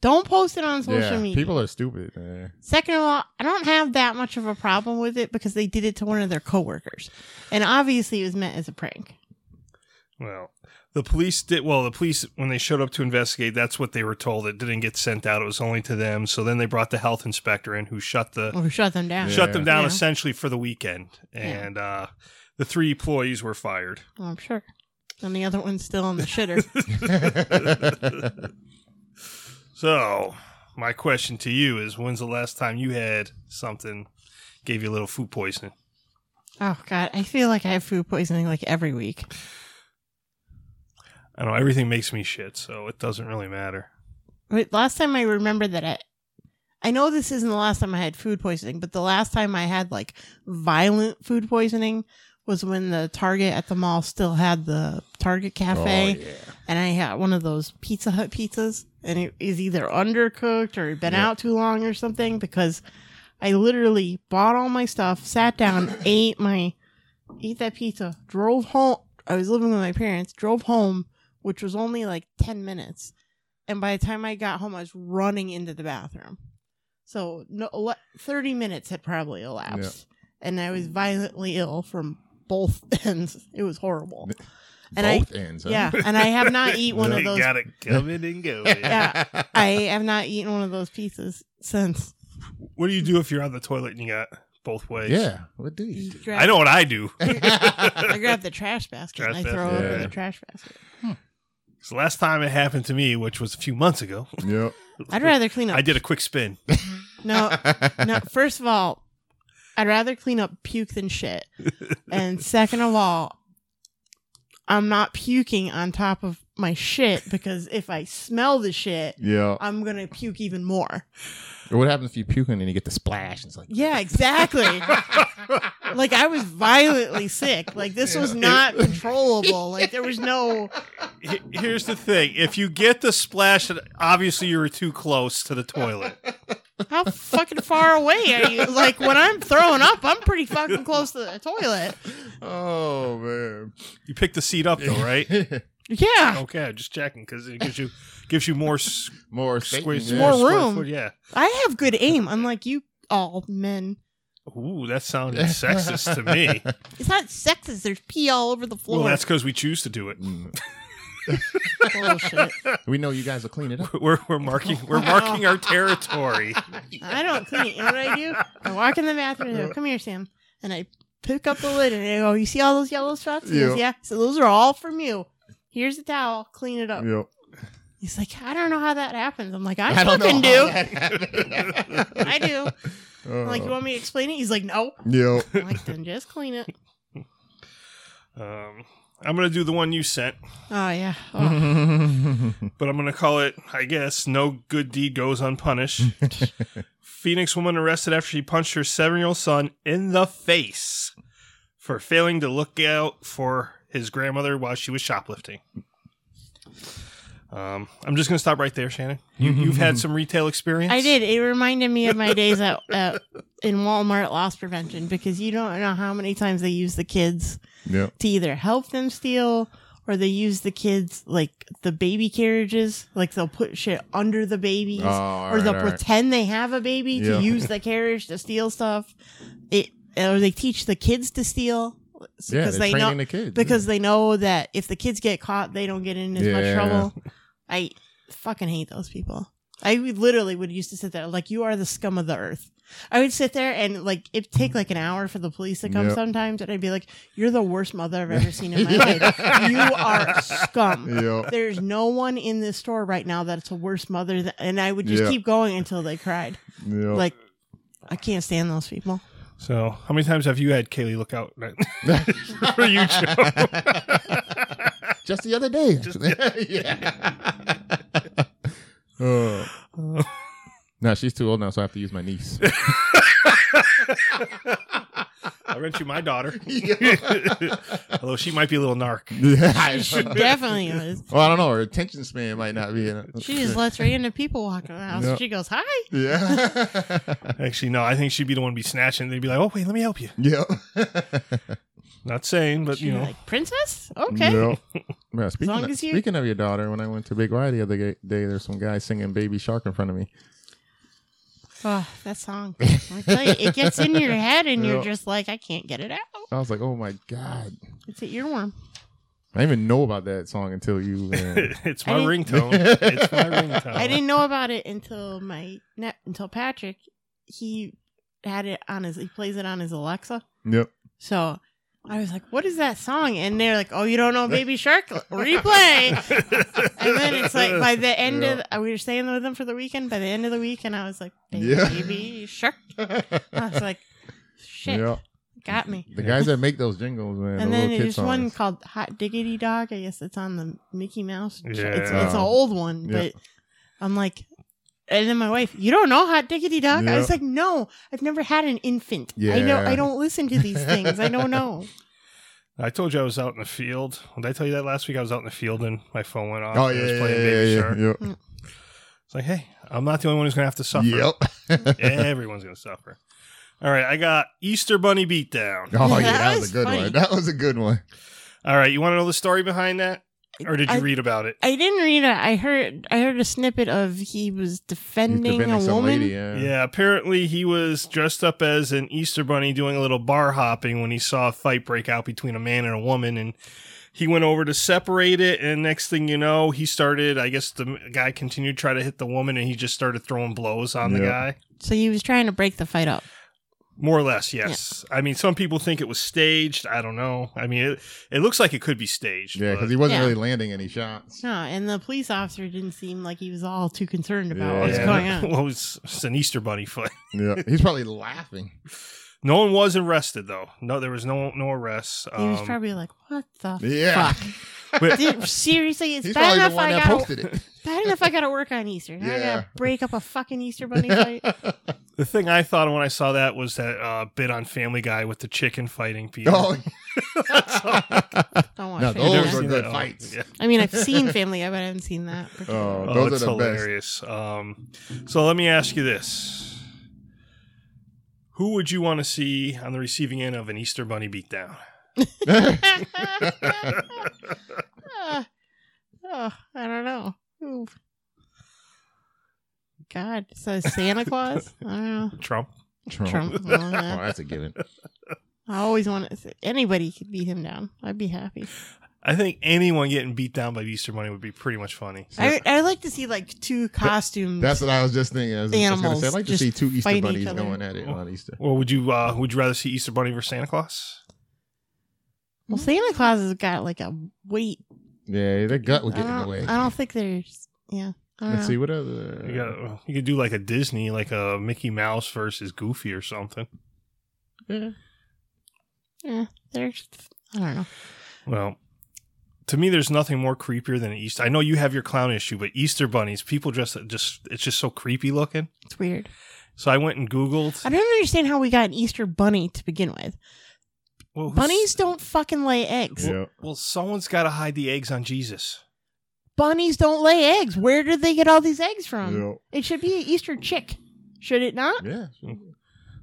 Speaker 2: Don't post it on social
Speaker 1: yeah,
Speaker 2: media.
Speaker 1: people are stupid. man.
Speaker 2: Second of all, I don't have that much of a problem with it because they did it to one of their coworkers, and obviously it was meant as a prank.
Speaker 3: Well, the police did. Well, the police, when they showed up to investigate, that's what they were told. It didn't get sent out, it was only to them. So then they brought the health inspector in who shut the.
Speaker 2: Well, we shut them down.
Speaker 3: shut them down
Speaker 2: Yeah.
Speaker 3: essentially for the weekend, and uh, the three employees were fired.
Speaker 2: Oh, I'm sure. And the other one's still on the shitter.
Speaker 3: So, my question to you is: When's the last time you had something gave you a little food poisoning?
Speaker 2: oh God, I feel like I have food poisoning like every week.
Speaker 3: I know everything makes me shit, so it doesn't really matter.
Speaker 2: Wait, last time I remember that I, I know this isn't the last time I had food poisoning, but the last time I had like violent food poisoning was when the Target at the mall still had the Target cafe,
Speaker 1: Oh, yeah.
Speaker 2: and I had one of those Pizza Hut pizzas, and it is either undercooked or it'd been
Speaker 1: Yeah.
Speaker 2: out too long or something because I literally bought all my stuff, sat down, ate my, ate that pizza, drove home. I was living with my parents, drove home, which was only like 10 minutes. And by the time I got home, I was running into the bathroom. So no, ele- 30 minutes had probably elapsed. And I was violently ill from both ends. It was horrible. And I-
Speaker 1: Both ends. Huh?
Speaker 2: Yeah. And I have not eaten one of
Speaker 3: You
Speaker 2: those.
Speaker 3: got it coming and going.
Speaker 2: Yeah. I have not eaten one of those pizzas since.
Speaker 3: What do you do if you're on the toilet and you got both ways?
Speaker 1: Yeah. What do you?
Speaker 2: you
Speaker 1: do?
Speaker 2: grabbed-
Speaker 3: I know what I do.
Speaker 2: I grab the trash basket and I
Speaker 3: Trash
Speaker 2: throw
Speaker 3: basket.
Speaker 2: it in
Speaker 1: Yeah.
Speaker 2: the trash basket.
Speaker 3: 'Cause the last time it happened to me, which was a few months ago,
Speaker 1: Yep.
Speaker 2: I'd rather clean up.
Speaker 3: I did a quick spin.
Speaker 2: No, no. First of all, I'd rather clean up puke than shit. And second of all, I'm not puking on top of my shit because if I smell the shit,
Speaker 1: Yeah.
Speaker 2: I'm gonna puke even more.
Speaker 1: Or what happens if you puke and then you get the splash? It's like
Speaker 2: Yeah, exactly. like I was violently sick. Like this was not controllable. Like there was no.
Speaker 3: He- Here's the thing: if you get the splash, then obviously you were too close to the toilet.
Speaker 2: How fucking far away are you? Like when I'm throwing up, I'm pretty fucking close to the toilet.
Speaker 1: Oh man.
Speaker 3: You picked the seat up though, right?
Speaker 2: Yeah,
Speaker 3: Okay, I'm just checking because it gives you gives you more s-
Speaker 1: More
Speaker 3: squeeze,
Speaker 1: space.
Speaker 2: More
Speaker 3: square
Speaker 2: room.
Speaker 3: foot, Yeah.
Speaker 2: I have good aim, unlike you all men.
Speaker 3: Ooh, that sounded sexist to me.
Speaker 2: It's not sexist. There's pee all over the floor.
Speaker 3: Well, that's because we choose to do it.
Speaker 1: Mm.
Speaker 2: bullshit.
Speaker 1: We know you guys will clean it up.
Speaker 3: We're, we're marking we're marking our territory.
Speaker 2: I don't clean it. You know what I do? I walk in the bathroom and I go, come here, Sam. And I pick up the lid and I go, you see all those yellow spots? He goes,
Speaker 1: Yeah.
Speaker 2: yeah. So those are all from you. Here's a towel. Clean it up.
Speaker 1: Yep.
Speaker 2: He's like, I don't know how that happens. I'm like, I,
Speaker 1: don't know
Speaker 2: fucking do.
Speaker 1: how that happened.
Speaker 2: I do. I'm like, you
Speaker 1: Oh.
Speaker 2: want me to explain it? He's like, no.
Speaker 1: Yep.
Speaker 2: I'm like, then just clean it.
Speaker 3: Um, I'm gonna do the one you sent,
Speaker 2: Oh, yeah. Oh,
Speaker 3: but I'm gonna call it. I guess no good deed goes unpunished. Phoenix woman arrested after she punched her seven year old son in the face. for failing to look out for his grandmother while she was shoplifting. Um, I'm just going to stop right there, Shannon. You, you've had some retail
Speaker 1: Mm-hmm.
Speaker 3: experience.
Speaker 2: I did. It reminded me of my days at, at in Walmart loss prevention because you don't know how many times they use the kids
Speaker 1: Yeah.
Speaker 2: to either help them steal or they use the kids like the baby carriages, like they'll put shit under the babies
Speaker 1: Oh, all
Speaker 2: or
Speaker 1: right,
Speaker 2: they'll
Speaker 1: all right.
Speaker 2: pretend they have a baby
Speaker 1: Yeah.
Speaker 2: to use the carriage to steal stuff. It or they teach the kids to steal
Speaker 1: Yeah, they're
Speaker 2: because they
Speaker 1: training
Speaker 2: know
Speaker 1: the kids.
Speaker 2: because they know that if the kids get caught, they don't get in as much
Speaker 1: Yeah.
Speaker 2: trouble. I fucking hate those people. I would- literally would used to sit there like you are the scum of the earth. I would sit there and like it take like an hour for the police to come
Speaker 1: Yep.
Speaker 2: sometimes, and I'd be like, "You're the worst mother I've ever seen in my life. You are scum."
Speaker 1: Yeah.
Speaker 2: There's no one in this store right now that's a worse mother, than, and I would just
Speaker 1: Yeah.
Speaker 2: keep going until they cried.
Speaker 1: yeah.
Speaker 2: Like, I can't stand those people.
Speaker 3: So, how many times have you had Kaylee look out for you, Joe?
Speaker 1: just the other day.
Speaker 3: Just
Speaker 1: Actually. yeah. Uh, no, she's too old now, so I have to use my niece.
Speaker 3: I rent you my daughter.
Speaker 1: Yeah.
Speaker 3: Although she might be a little narc.
Speaker 1: Yeah.
Speaker 2: She definitely is.
Speaker 1: Well, I don't know. Her attention span might not be. In it.
Speaker 2: She just lets right into people walking around. the house.
Speaker 1: Yeah.
Speaker 2: She goes, "Hi."
Speaker 1: Yeah.
Speaker 3: Actually, no, I think she'd be the one to be snatching. They'd be like, oh, wait, let me help you.
Speaker 1: yeah.
Speaker 3: Not saying, but,
Speaker 2: She'd
Speaker 3: you
Speaker 2: be
Speaker 3: know.
Speaker 2: like, "Princess, okay."
Speaker 1: Yeah. Yeah, speaking,
Speaker 2: long
Speaker 1: of,
Speaker 2: as you-
Speaker 1: speaking of your daughter, when I went to Big Y the other ga- day, there's some guy singing Baby Shark in front of me.
Speaker 2: Oh, that song. I tell you, it gets in your head and
Speaker 1: Yeah.
Speaker 2: you're just like, I can't get it out.
Speaker 1: I was like, oh my God.
Speaker 2: It's an earworm.
Speaker 1: I didn't even know about that song until you. uh,
Speaker 3: it's
Speaker 2: I
Speaker 3: my
Speaker 2: didn't-
Speaker 3: ringtone. It's my
Speaker 1: Uh-huh.
Speaker 3: ringtone.
Speaker 2: I didn't know about it until my net until Patrick. He had it on his he plays it on his Alexa.
Speaker 1: yep.
Speaker 2: So I was like, What is that song? And they're like, Oh, you don't know Baby Shark? Replay. And then it's like by the end of we were staying with them for the weekend, by the end of the week and I was like,
Speaker 1: Yeah.
Speaker 2: Baby Shark. I was like, Shit.
Speaker 1: Yeah.
Speaker 2: Got me.
Speaker 1: The guys that make those jingles, man.
Speaker 2: And
Speaker 1: the
Speaker 2: then
Speaker 1: little kid
Speaker 2: there's
Speaker 1: songs.
Speaker 2: one called Hot Diggity Dog. I guess it's on the Mickey Mouse. ch- It's,
Speaker 3: Yeah.
Speaker 2: it's an old one,
Speaker 1: Yeah.
Speaker 2: but I'm like, and then my wife, you don't know Hot Diggity Dog? I was
Speaker 1: Yeah.
Speaker 2: like, no, I've never had an infant. I know
Speaker 1: Yeah.
Speaker 2: I don't listen to these things. I don't know.
Speaker 3: I told you I was out in the field. Did I tell you that last week? I was out in the field and my phone went off.
Speaker 1: Oh
Speaker 3: and
Speaker 1: yeah,
Speaker 3: I was
Speaker 1: yeah,
Speaker 3: playing
Speaker 1: yeah,
Speaker 3: Baby
Speaker 1: yeah,
Speaker 3: Shark.
Speaker 1: yep.
Speaker 3: It's like, hey, I'm not the only one who's going to have to suffer.
Speaker 1: Yep.
Speaker 3: Everyone's going to suffer. All right, I got Easter Bunny Beatdown.
Speaker 1: Oh yeah, that,
Speaker 2: That
Speaker 1: was,
Speaker 2: was
Speaker 1: a good
Speaker 2: funny.
Speaker 1: one. That was a good one.
Speaker 3: All right, you want to know the story behind that? Or did you
Speaker 2: I-
Speaker 3: read about it?
Speaker 2: I didn't read it. I heard I heard a snippet of he was
Speaker 1: He's
Speaker 2: defending
Speaker 1: defending
Speaker 2: a
Speaker 1: some
Speaker 2: woman.
Speaker 1: lady, yeah.
Speaker 3: Yeah, apparently he was dressed up as an Easter bunny doing a little bar hopping when he saw a fight break out between a man and a woman and he went over to separate it and next thing you know, he started, I guess the guy continued to try to hit the woman and he just started throwing blows on the
Speaker 1: Yeah.
Speaker 3: guy.
Speaker 2: So he was trying to break the fight up.
Speaker 3: More or less, yes. I mean, some people think it was staged. I don't know. I mean, it, it looks like it could be staged.
Speaker 1: Yeah,
Speaker 3: but-
Speaker 1: because he wasn't
Speaker 2: Yeah.
Speaker 1: really landing any shots.
Speaker 2: No, and the police officer didn't seem like he was all too concerned about
Speaker 1: Yeah.
Speaker 2: what's
Speaker 1: Yeah.
Speaker 2: going on.
Speaker 3: Well, it's, it's an Easter bunny fight.
Speaker 1: Yeah, he's probably laughing.
Speaker 3: No one was arrested though. No, there was no no arrests.
Speaker 2: He was
Speaker 3: Um,
Speaker 2: probably like, "What the
Speaker 1: Yeah.
Speaker 2: fuck?"
Speaker 3: but-
Speaker 2: Dude, seriously, it's
Speaker 1: he's
Speaker 2: bad
Speaker 1: probably the
Speaker 2: enough
Speaker 1: one
Speaker 2: I
Speaker 1: that
Speaker 2: gotta
Speaker 1: posted it.
Speaker 2: bad enough I gotta work on Easter. Now I
Speaker 1: Yeah.
Speaker 2: gotta break up a fucking Easter bunny fight.
Speaker 3: The thing I thought when I saw that was that uh, bit on Family Guy with the chicken fighting people.
Speaker 1: oh,
Speaker 2: Don't watch
Speaker 1: No,
Speaker 2: Family
Speaker 1: those
Speaker 2: Guy.
Speaker 1: were
Speaker 3: seen
Speaker 1: good
Speaker 3: that? Oh,
Speaker 1: fights.
Speaker 3: yeah.
Speaker 2: I mean, I've seen Family Guy, but I haven't seen that.
Speaker 1: oh,
Speaker 3: Oh,
Speaker 1: those
Speaker 3: it's
Speaker 1: are the best.
Speaker 3: hilarious. Um, so let me ask you this: Who would you want to see on the receiving end of an Easter Bunny beatdown?
Speaker 2: Uh, oh, I don't know. Ooh. God, so Santa Claus? I don't know.
Speaker 3: Trump.
Speaker 1: Trump.
Speaker 2: Trump.
Speaker 1: Oh,
Speaker 2: I
Speaker 1: that's a given.
Speaker 2: always want to. Anybody could beat him down. I'd be happy.
Speaker 3: I think anyone getting beat down by the Easter Bunny would be pretty much funny.
Speaker 2: I I like to see like two costumes.
Speaker 1: That's what I was just thinking. I was just gonna
Speaker 2: Animals
Speaker 1: say, I'd like to
Speaker 2: just
Speaker 1: see two Easter
Speaker 2: fight each
Speaker 1: bunnies
Speaker 2: other.
Speaker 1: going at it on Easter.
Speaker 3: Or would you uh, would you rather see Easter Bunny versus Santa Claus?
Speaker 2: well, Santa Claus has got like a weight.
Speaker 1: Yeah, their gut would
Speaker 2: I
Speaker 1: get in the
Speaker 2: don't,
Speaker 1: way.
Speaker 2: I don't think there's. Yeah. I don't
Speaker 1: Let's
Speaker 2: know.
Speaker 1: see what other.
Speaker 3: You, got, you could do like a Disney, like a Mickey Mouse versus Goofy or something.
Speaker 1: Yeah.
Speaker 2: Yeah, there's. I don't know.
Speaker 3: Well, to me, there's nothing more creepier than Easter. I know you have your clown issue, but Easter bunnies, people dress just it's just so creepy looking.
Speaker 2: It's weird.
Speaker 3: So I went and Googled.
Speaker 2: Um, I don't understand how we got an Easter bunny to begin with.
Speaker 3: Well, who's-
Speaker 2: Bunnies don't fucking lay eggs.
Speaker 1: Yeah.
Speaker 3: Well, someone's got to hide the eggs on Jesus.
Speaker 2: Bunnies don't lay eggs. Where did they get all these eggs from?
Speaker 1: Yeah.
Speaker 2: It should be an Easter chick, should it not?
Speaker 1: Yeah.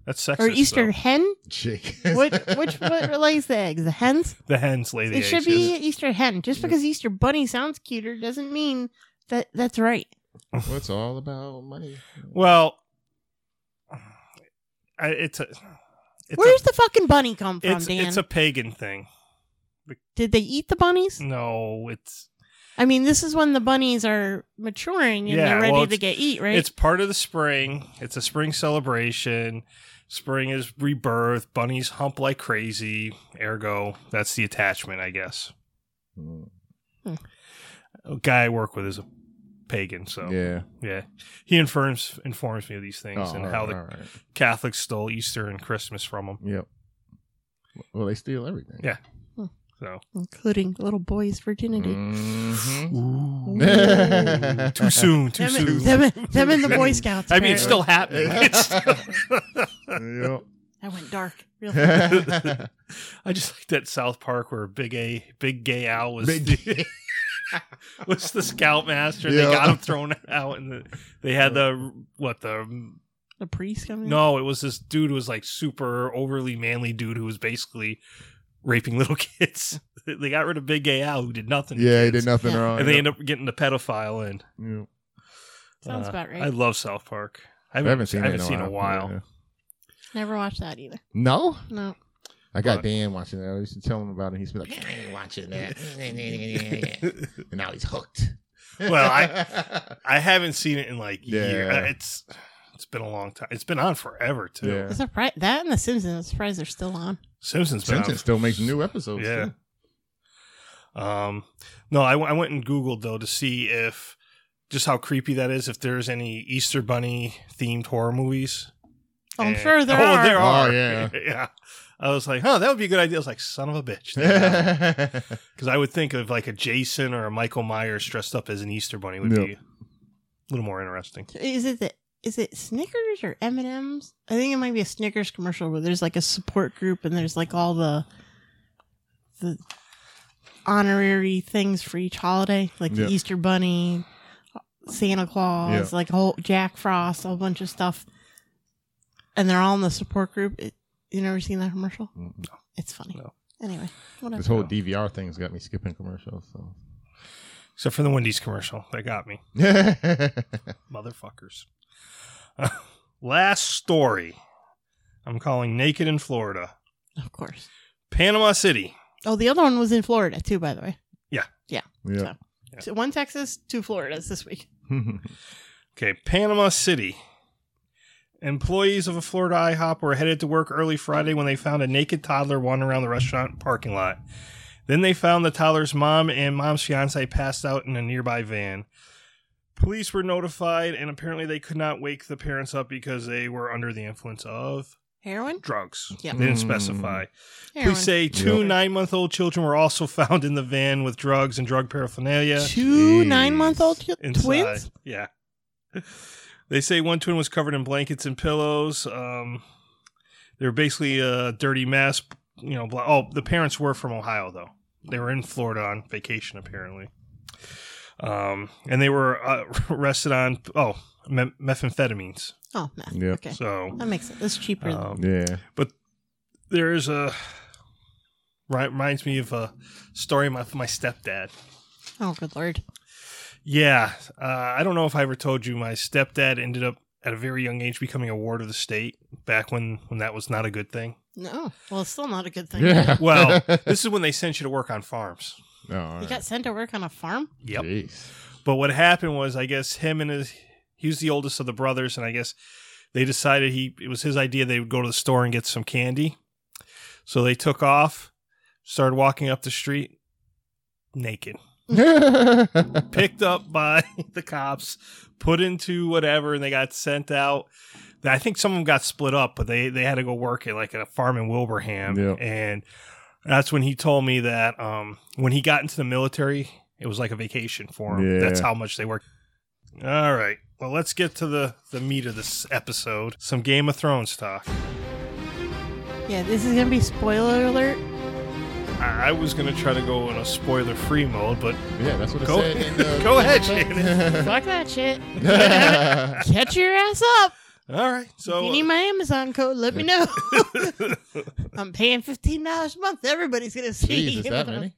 Speaker 3: That's sexist.
Speaker 2: or Easter
Speaker 3: though.
Speaker 2: hen?
Speaker 1: Jake.
Speaker 2: Which which what lays the eggs? The hens?
Speaker 3: The hens lay the
Speaker 2: It
Speaker 3: eggs.
Speaker 2: should be an Easter hen. Just because Easter bunny sounds cuter doesn't mean that that's right.
Speaker 1: What's all about money?
Speaker 3: Well, I, it's a. It's
Speaker 2: Where's
Speaker 3: a,
Speaker 2: the fucking bunny come from,
Speaker 3: it's,
Speaker 2: Dan?
Speaker 3: it's a pagan thing.
Speaker 2: Did they eat the bunnies?
Speaker 3: No, it's
Speaker 2: I mean, this is when the bunnies are maturing and
Speaker 3: Yeah,
Speaker 2: they're ready
Speaker 3: well,
Speaker 2: to
Speaker 3: it's-
Speaker 2: get eat, right?
Speaker 3: It's part of the spring. It's a spring celebration. Spring is rebirth. Bunnies hump like crazy. Ergo, that's the attachment, I guess.
Speaker 1: Mm.
Speaker 3: A guy I work with is a pagan, so yeah,
Speaker 1: Yeah.
Speaker 3: he informs informs me of these things
Speaker 1: Oh,
Speaker 3: and
Speaker 1: all
Speaker 3: how
Speaker 1: right,
Speaker 3: the
Speaker 1: all right.
Speaker 3: Catholics stole Easter and Christmas from them.
Speaker 1: Yep. Well, they steal everything.
Speaker 3: Yeah. So
Speaker 2: Including little boy's virginity.
Speaker 3: Mm,
Speaker 1: Mhm.
Speaker 3: Ooh. too soon, too
Speaker 2: Them,
Speaker 3: soon.
Speaker 2: them, them and the Boy Scouts.
Speaker 3: I mean, it's
Speaker 2: apparently.
Speaker 3: still happening. It's still-
Speaker 1: Yep.
Speaker 2: That went dark. Real
Speaker 3: I just like that South Park where Big A, Big Gay Al was
Speaker 1: Big
Speaker 3: the, was the scoutmaster. They
Speaker 1: Yeah.
Speaker 3: got him thrown out, and the, they had the what the
Speaker 2: the priest coming.
Speaker 3: no, uh, it was this dude who was like super overly manly dude who was basically raping little kids. they got rid of Big Gay Al who did nothing. to
Speaker 1: yeah, he
Speaker 3: kids,
Speaker 1: did nothing
Speaker 2: Yeah.
Speaker 1: wrong.
Speaker 3: and they end up getting the pedophile in.
Speaker 1: Yep.
Speaker 2: Sounds
Speaker 3: Uh,
Speaker 2: about right.
Speaker 3: I love South Park. I
Speaker 1: I
Speaker 3: haven't,
Speaker 1: haven't seen.
Speaker 3: I haven't
Speaker 1: it
Speaker 3: seen
Speaker 1: in
Speaker 3: a while.
Speaker 1: Yeah.
Speaker 2: Never watched that either.
Speaker 1: No,
Speaker 2: No.
Speaker 1: I got
Speaker 3: But-
Speaker 1: Dan watching that. I used to tell him about it. He's been like, I ain't watching that. and now he's hooked.
Speaker 3: Well, I haven't seen it in like
Speaker 1: Yeah.
Speaker 3: years. It's it's been a long time. It's been on forever too.
Speaker 1: yeah.
Speaker 2: I'm surprised that and The Simpsons. I'm surprised they're still on.
Speaker 3: Simpsons, been
Speaker 1: Simpsons still makes new episodes.
Speaker 3: Yeah.
Speaker 1: too.
Speaker 3: on- Um, no, I, w- I went and Googled though to see if just how creepy that is. If there's any Easter Bunny themed horror movies.
Speaker 2: Oh, I'm
Speaker 3: And-
Speaker 2: sure there
Speaker 3: oh,
Speaker 2: are.
Speaker 3: There
Speaker 1: Oh,
Speaker 3: are.
Speaker 1: yeah.
Speaker 3: yeah. I was like, huh, that would be a good idea. I was like, son of a bitch. Because I would think of like a Jason or a Michael Myers dressed up as an Easter Bunny would
Speaker 1: Yep.
Speaker 3: be a little more interesting.
Speaker 2: Is it the is it Snickers or M and M's? I think it might be a Snickers commercial where there's like a support group and there's like all the the honorary things for each holiday, like
Speaker 1: Yeah.
Speaker 2: the Easter Bunny, Santa Claus,
Speaker 1: Yeah.
Speaker 2: like whole Jack Frost, a whole bunch of stuff, and they're all in the support group. It, you never seen that commercial?
Speaker 1: Mm.
Speaker 2: It's funny.
Speaker 3: No.
Speaker 2: Anyway, whatever.
Speaker 1: this whole DVR thing's got me skipping commercials. So.
Speaker 3: Except for the Wendy's commercial. That got me.
Speaker 1: yeah.
Speaker 3: Motherfuckers. Last story. I'm calling Naked in Florida.
Speaker 2: Of course.
Speaker 3: Panama City.
Speaker 2: Oh, the other one was in Florida too, by the way.
Speaker 3: Yeah.
Speaker 2: So one Texas, two Floridas this week.
Speaker 3: Okay, Panama City. Employees of a Florida IHOP were headed to work early Friday when they found a naked toddler wandering around the restaurant parking lot. Then they found the toddler's mom and mom's fiance passed out in a nearby van. Police were notified, and apparently they could not wake the parents up because they were under the influence of
Speaker 2: Heroin?
Speaker 3: drugs.
Speaker 2: Yeah. Mm.
Speaker 3: They didn't
Speaker 1: Mm.
Speaker 3: specify.
Speaker 2: Heroin.
Speaker 3: Police say two
Speaker 1: Yep.
Speaker 3: nine month old children were also found in the van with drugs and drug paraphernalia.
Speaker 2: two
Speaker 1: Jeez.
Speaker 2: nine month old
Speaker 3: inside.
Speaker 2: twins?
Speaker 3: Yeah. They say one twin was covered in blankets and pillows. Um, they were basically a dirty mess. You know, blah. oh, the parents were from Ohio though. They were in Florida on vacation apparently. Um, and they were uh, arrested on oh me- methamphetamines.
Speaker 2: Oh, meth.
Speaker 1: Yeah.
Speaker 2: Okay.
Speaker 3: So,
Speaker 2: That makes sense. It's cheaper.
Speaker 3: um, there's a ri- reminds me of a story my my stepdad.
Speaker 2: oh, good lord.
Speaker 3: Yeah, uh, I don't know if I ever told you my stepdad ended up at a very young age becoming a ward of the state back when when that was not a good thing.
Speaker 2: No. Well, it's still not a good thing.
Speaker 1: Yeah.
Speaker 3: Well, this is when they sent you to work on farms.
Speaker 1: Oh, all
Speaker 2: You
Speaker 1: right.
Speaker 2: got sent to work on a farm?
Speaker 3: Yep.
Speaker 1: Jeez.
Speaker 3: But what happened was, I guess him and his he was the oldest of the brothers, and I guess they decided he it was his idea they would go to the store and get some candy. So they took off, started walking up the street naked. picked up by the cops, put into whatever, and they got sent out. I think some of them got split up, but they they had to go work at like a farm in Wilbraham,
Speaker 1: Yeah.
Speaker 3: and that's when he told me that um, when he got into the military, it was like a vacation for him.
Speaker 1: Yeah.
Speaker 3: That's how much they worked. All right, well, let's get to the the meat of this episode. Some Game of Thrones talk.
Speaker 2: Yeah, this is gonna be spoiler alert.
Speaker 3: I, I was gonna try to go in a spoiler free mode, but
Speaker 1: Yeah, that's what it
Speaker 3: Go-
Speaker 1: said. in the-
Speaker 3: go ahead, Shannon.
Speaker 2: Fuck that shit. Catch your ass up.
Speaker 3: all right.
Speaker 2: If you
Speaker 3: So uh,
Speaker 2: need my Amazon code, let me know. I'm paying fifteen dollars a month. Everybody's gonna see.
Speaker 1: Jeez, is that many?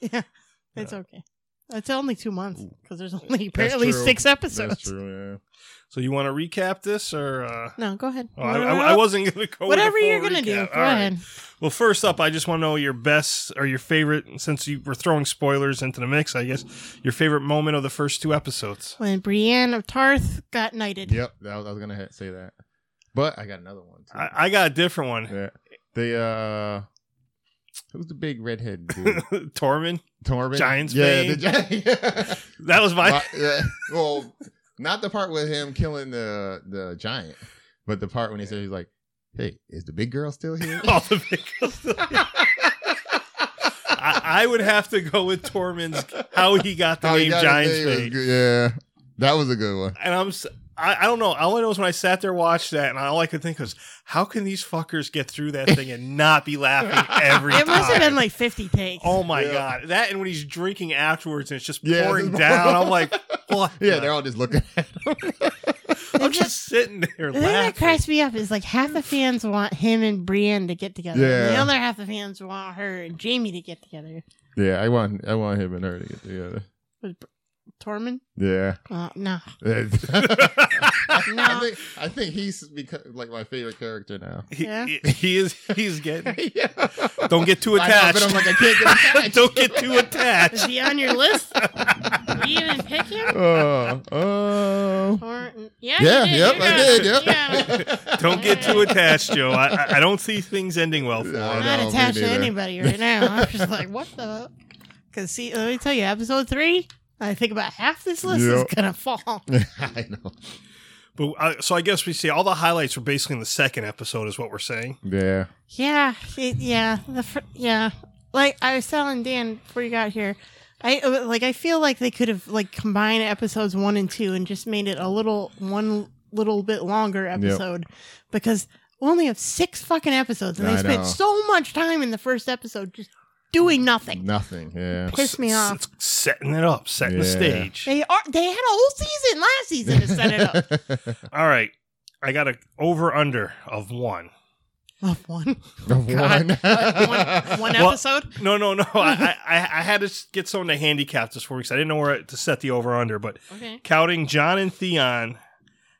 Speaker 2: Yeah, it's okay. It's only two months because there's only
Speaker 3: That's
Speaker 2: apparently
Speaker 3: true.
Speaker 2: six episodes.
Speaker 1: That's true. Yeah.
Speaker 3: so you want to recap this or? Uh,
Speaker 2: No, go ahead.
Speaker 3: oh, I,
Speaker 2: Whatever-
Speaker 3: I, I wasn't gonna go. with a
Speaker 2: Whatever
Speaker 3: full
Speaker 2: you're gonna do, go
Speaker 3: recap. All right.
Speaker 2: ahead.
Speaker 3: Well, first up, I just want to know your best or your favorite, since you were throwing spoilers into the mix. I guess your favorite moment of the first two episodes.
Speaker 2: When Brienne of Tarth got knighted.
Speaker 1: Yep, that was, I was gonna ha- say that, but I got another one. Too.
Speaker 3: I, I got a different one.
Speaker 1: Yeah. The uh, who's the big redhead dude?
Speaker 3: Tormund.
Speaker 1: Torben.
Speaker 3: Giant's
Speaker 1: Yeah,
Speaker 3: Bane.
Speaker 1: the giant.
Speaker 3: That was my.
Speaker 1: Well, yeah. Well, not the part with him killing the the giant, but the part when he said he's like, "Hey, is the big girl still here?"
Speaker 3: all the big I, I would have to go with Tormund's how he got the
Speaker 1: How he
Speaker 3: name
Speaker 1: got his
Speaker 3: Giants
Speaker 1: name was
Speaker 3: Bane.
Speaker 1: good. Yeah, that was a good one.
Speaker 3: And I'm. s- I, I don't know. All I know is when I sat there watched that, and all I could think was, "How can these fuckers get through that thing and not be laughing every time?"
Speaker 2: It must have been like 50 takes.
Speaker 3: Oh my
Speaker 1: Yeah.
Speaker 3: god, that and when he's drinking afterwards and it's just
Speaker 1: Yeah,
Speaker 3: pouring
Speaker 1: it's-
Speaker 3: down. I'm like, what?
Speaker 1: Yeah,
Speaker 3: the-
Speaker 1: they're all just looking. at him.
Speaker 3: I'm just sitting there
Speaker 2: The thing that
Speaker 3: laughing.
Speaker 2: cracks me up is like half the fans want him and Brienne to get together. And the
Speaker 1: Yeah.
Speaker 2: other half of the fans want her and Jamie to get together.
Speaker 1: Yeah, I want I want him and her to get together.
Speaker 2: With Br- Tormund?
Speaker 1: Yeah.
Speaker 2: Uh, no.
Speaker 1: I
Speaker 2: No.
Speaker 1: think I think he's become like my favorite character now.
Speaker 3: He,
Speaker 2: Yeah.
Speaker 3: he- he is. He's getting.
Speaker 1: yeah.
Speaker 3: Don't get too
Speaker 1: I know, but I'm
Speaker 3: attached.
Speaker 1: like I can't get attached.
Speaker 3: Don't get too
Speaker 2: Is
Speaker 3: attached.
Speaker 2: he on your list? Did you even pick him?
Speaker 1: Oh, oh.
Speaker 2: Or, yeah,
Speaker 1: Yeah,
Speaker 2: you did.
Speaker 1: yep,
Speaker 2: You're
Speaker 1: I
Speaker 2: not-
Speaker 1: did. Yep.
Speaker 2: Yeah.
Speaker 3: Don't get too attached, Joe. I, I, I don't see things ending well for
Speaker 1: No.
Speaker 2: I'm
Speaker 3: him.
Speaker 2: not
Speaker 1: me
Speaker 2: attached to
Speaker 1: neither.
Speaker 2: anybody right now. I'm just like, what the? Because see, let me tell you, episode three, I think about half this list
Speaker 1: Yep.
Speaker 2: is gonna fall.
Speaker 1: I know.
Speaker 3: But uh, so I guess we see all the highlights were basically in the second episode, is what we're saying.
Speaker 1: Yeah.
Speaker 2: Yeah, it, yeah, the fr- yeah. Like I was telling Dan before you got here, I uh, like I feel like they could have like combined episodes one and two and just made it a little one little bit longer episode because we only have six fucking episodes and they
Speaker 1: I
Speaker 2: spent
Speaker 1: know.
Speaker 2: so much time in the first episode just doing nothing.
Speaker 1: Nothing. Yeah.
Speaker 2: Pissed me
Speaker 3: S-
Speaker 2: off.
Speaker 3: s- setting it up, setting the
Speaker 1: Yeah.
Speaker 3: stage.
Speaker 2: They are. They had a whole season last season to set it up.
Speaker 3: All right, I got a over under of one.
Speaker 2: Of one,
Speaker 1: One.
Speaker 2: one, one
Speaker 3: Well-
Speaker 2: episode.
Speaker 3: No, no, no. I, I, I had to s- get someone to handicap this for me because I didn't know where to set the over under. But
Speaker 2: Okay.
Speaker 3: counting John and Theon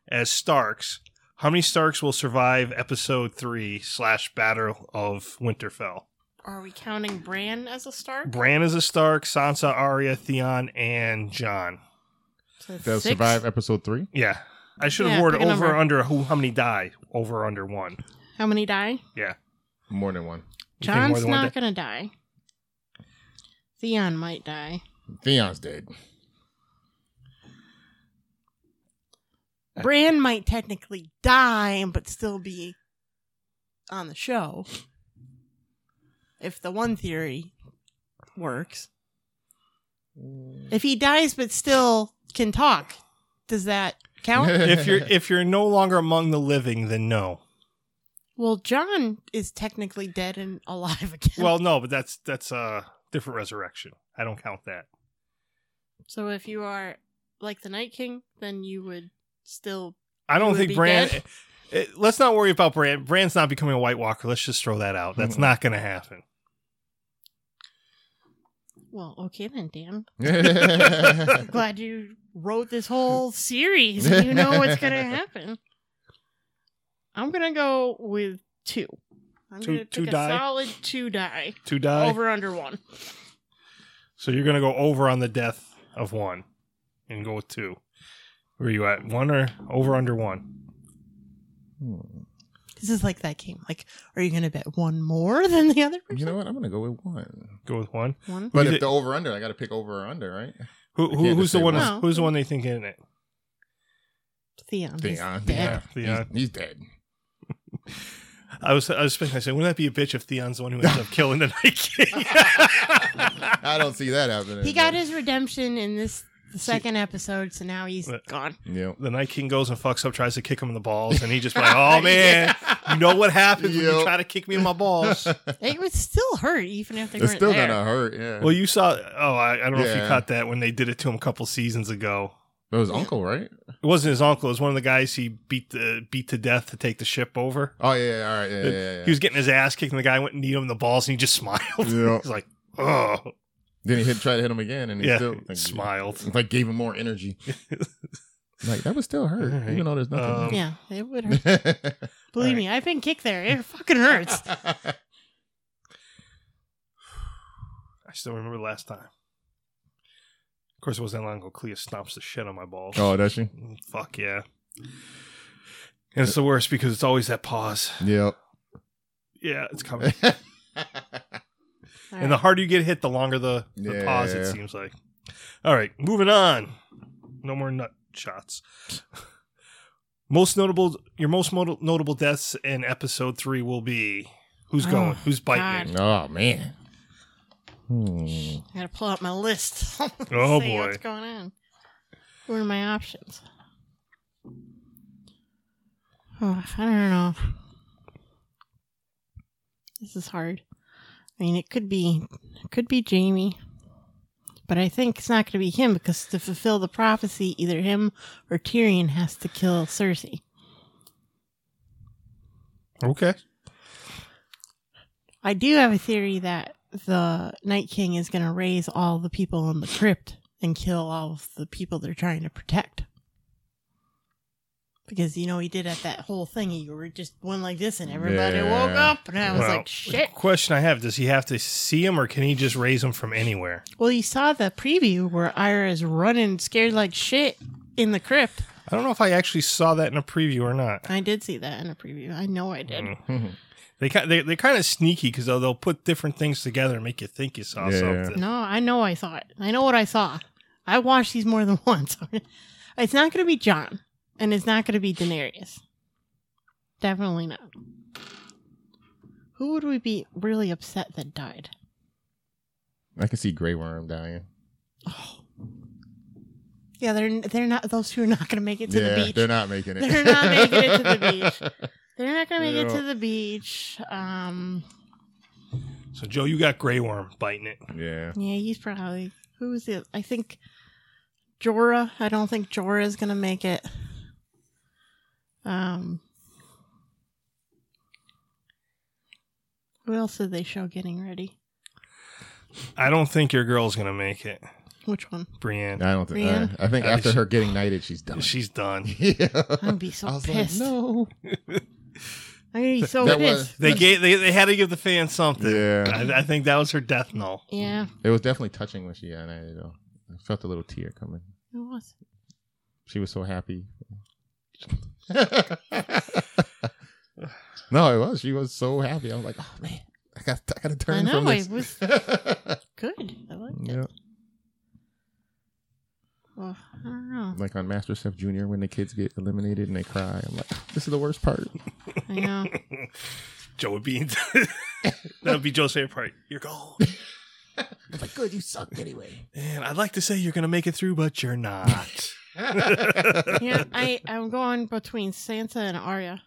Speaker 3: as Starks, how many Starks will survive episode three slash Battle of Winterfell?
Speaker 2: Are we counting Bran as a start?
Speaker 3: Bran is a Stark, Sansa, Arya, Theon, and John.
Speaker 2: So
Speaker 1: They'll
Speaker 2: six?
Speaker 1: survive episode three.
Speaker 3: Yeah. I should have
Speaker 2: Yeah,
Speaker 3: wore
Speaker 2: pick
Speaker 3: worded
Speaker 2: a
Speaker 3: over
Speaker 2: number.
Speaker 3: under who how many die over under one.
Speaker 2: How many die?
Speaker 1: More than one.
Speaker 3: You think more
Speaker 2: John's
Speaker 3: than one
Speaker 2: not gonna die. Theon might die.
Speaker 1: Theon's dead.
Speaker 3: Uh,
Speaker 2: Bran might technically die, but still be on the show. If the one theory works. If he dies but still can talk, does that count?
Speaker 3: if you're if you're no longer among the living, then no.
Speaker 2: well, John is technically dead and alive again.
Speaker 3: Well, no, but that's that's a different resurrection. I don't count that.
Speaker 2: so if you are like the Night King, then you would still
Speaker 3: I don't
Speaker 2: would
Speaker 3: think
Speaker 2: be
Speaker 3: Bran.
Speaker 2: dead?
Speaker 3: eh, eh, let's not worry about Bran. Bran's not becoming a White Walker. Let's just throw that out. That's
Speaker 1: Mhm.
Speaker 3: not going to happen.
Speaker 2: Well, okay then, Dan.
Speaker 1: yeah.
Speaker 2: glad you wrote this whole series. and You know what's going to happen. I'm going to go with two. I'm
Speaker 3: Two-
Speaker 2: going to
Speaker 3: two
Speaker 2: pick a
Speaker 3: die?
Speaker 2: solid two die.
Speaker 3: To die.
Speaker 2: Over under one.
Speaker 3: So you're going to go over on the death of one, and go with two. Where are you at? One or over under one?
Speaker 1: Hmm.
Speaker 2: This is like that game. Like, are you going to bet one more than the other person?
Speaker 1: You know what? I'm gonna go with one.
Speaker 3: Go with one.
Speaker 2: One.
Speaker 1: But
Speaker 3: did-
Speaker 1: if the over under, I got to pick over or under, right?
Speaker 3: Who,
Speaker 1: I
Speaker 3: who
Speaker 1: can't
Speaker 3: who's
Speaker 1: just
Speaker 3: the
Speaker 1: say
Speaker 3: one?
Speaker 1: one.
Speaker 2: No.
Speaker 3: Who's the one they think in it?
Speaker 2: Theon. He's
Speaker 1: Theon.
Speaker 2: Dead.
Speaker 1: uh, Yeah.
Speaker 2: uh,
Speaker 3: Theon.
Speaker 1: He's, he's dead.
Speaker 3: I was I was thinking. I said, wouldn't that be a bitch if Theon's the one who ends up killing the Night King?
Speaker 1: I don't see that happening.
Speaker 2: He got his redemption in this the second episode, so now he's
Speaker 3: What?
Speaker 2: gone.
Speaker 1: Yep.
Speaker 3: The Night King goes and fucks up, tries to kick him in the balls, and he just be like, "Oh man, you know what happens when
Speaker 1: Yep.
Speaker 3: you try to kick me in my balls."
Speaker 2: It would still hurt even if they
Speaker 1: It's
Speaker 2: weren't
Speaker 1: still
Speaker 2: there.
Speaker 1: gonna hurt. Yeah.
Speaker 3: Well, you saw. Oh, I, I don't know if you
Speaker 1: Yeah.
Speaker 3: caught that when they did it to him a couple seasons ago.
Speaker 1: it was uncle, right?
Speaker 3: It wasn't his uncle. It was one of the guys he beat the beat to death to take the ship over.
Speaker 1: Oh yeah. yeah, All right. Yeah. Yeah. yeah, yeah.
Speaker 3: He was getting his ass kicked, and the guy went and kneed him in the balls, and he just smiled.
Speaker 1: Yeah.
Speaker 3: He's like, "Oh,
Speaker 1: Then he hit, tried to hit him again, and he
Speaker 3: yeah,"
Speaker 1: still
Speaker 3: smiled.
Speaker 1: Like gave him more energy. like that would still hurt,
Speaker 3: All right.
Speaker 1: even though there's
Speaker 3: Um,
Speaker 1: nothing.
Speaker 2: Yeah, it would hurt. Believe
Speaker 1: All right.
Speaker 2: me, I've been kicked there. It fucking hurts.
Speaker 3: I still remember last time. Of course, it wasn't that long ago. Clea stomps the shit on my balls. Mm,
Speaker 1: oh, does she?
Speaker 3: Fuck yeah. And it's the worst because it's always that pause.
Speaker 1: Yep.
Speaker 3: Yeah, it's coming.
Speaker 2: All
Speaker 3: And the
Speaker 2: right.
Speaker 3: harder you get hit, the longer the, the
Speaker 1: Yeah.
Speaker 3: pause, it seems like. All right, moving on. No more nut shots. Most notable, your most mo- notable deaths in episode three will be who's
Speaker 2: Oh,
Speaker 3: going, who's biting.
Speaker 2: God.
Speaker 1: oh man. Hmm.
Speaker 2: I gotta pull out my list. oh
Speaker 3: Oh, boy.
Speaker 2: what's going on? What are my options? Oh, I don't know. This is hard. I mean, it could be, it could be Jamie, but I think it's not going to be him because to fulfill the prophecy, either him or Tyrion has to kill Cersei.
Speaker 3: Okay.
Speaker 2: I do have a theory that the Night King is going to raise all the people in the crypt and kill all of the people they're trying to protect. Because you know he did at that whole thing. He were just went like this, and everybody
Speaker 1: Yeah.
Speaker 2: woke up, and I was like, "Shit!"
Speaker 3: Question I have: Does he have to see him, or can he just raise him from anywhere?
Speaker 2: Well, you saw the preview where Ira is running, scared like shit, in the crypt.
Speaker 3: I don't know if I actually saw that in a preview or not.
Speaker 2: I did see that in a preview. I know I did.
Speaker 3: They kind they they're kind of sneaky because they'll, they'll put different things together and make you think you saw
Speaker 1: Yeah.
Speaker 3: something.
Speaker 2: No, I know I saw it. I know what I saw. I watched these more than once. it's not going to be John, and it's not going to be Daenerys. Definitely not. Who would we be really upset that died?
Speaker 1: I can see Grey Worm dying.
Speaker 2: Yeah, they're they're not. Those two are not going to make it to
Speaker 1: yeah,
Speaker 2: the beach.
Speaker 1: they're not making it.
Speaker 2: They're not making it to the
Speaker 1: beach.
Speaker 2: They're not going to make it
Speaker 1: Yeah.
Speaker 2: to the beach. Um,
Speaker 3: So Joe, you got Grey Worm biting it.
Speaker 1: Yeah.
Speaker 2: yeah, he's probably who is it? I think Jorah. I don't think Jorah is going to make it. Um, who else did they show getting ready?
Speaker 3: I don't think your girl's gonna make it,
Speaker 2: Which one?
Speaker 3: Brienne.
Speaker 1: I don't think.
Speaker 2: Brienne?
Speaker 1: I think
Speaker 3: I think
Speaker 1: after
Speaker 3: she-
Speaker 1: her getting knighted, she's done.
Speaker 3: She's done.
Speaker 1: yeah.
Speaker 2: I'm gonna be so
Speaker 1: I was
Speaker 2: pissed.
Speaker 1: like, no.
Speaker 2: I'm gonna be so
Speaker 1: That was-
Speaker 2: pissed.
Speaker 3: They gave they, they had to give the fans something.
Speaker 1: Yeah.
Speaker 3: I, I think that was her death knell.
Speaker 2: yeah,
Speaker 1: It was definitely touching when she got knighted, though. I felt a little tear coming.
Speaker 2: it was.
Speaker 1: She was so happy. no, it was. She was so happy. I was like, oh man, I got, I got to turn
Speaker 2: I
Speaker 1: from
Speaker 2: know,
Speaker 1: this.
Speaker 2: it was- Good. I liked it.
Speaker 1: yeah,
Speaker 2: Well, I don't know.
Speaker 1: like on Master Chef Junior when the kids get eliminated and they cry. I'm like, this is the worst part.
Speaker 2: I know.
Speaker 3: Joe would be that would be Joe's favorite part. You're gone.
Speaker 1: It's like, good, you sucked anyway.
Speaker 3: And I'd like to say you're gonna make it through, but you're not.
Speaker 2: Yeah, I I'm going between Sansa and Arya.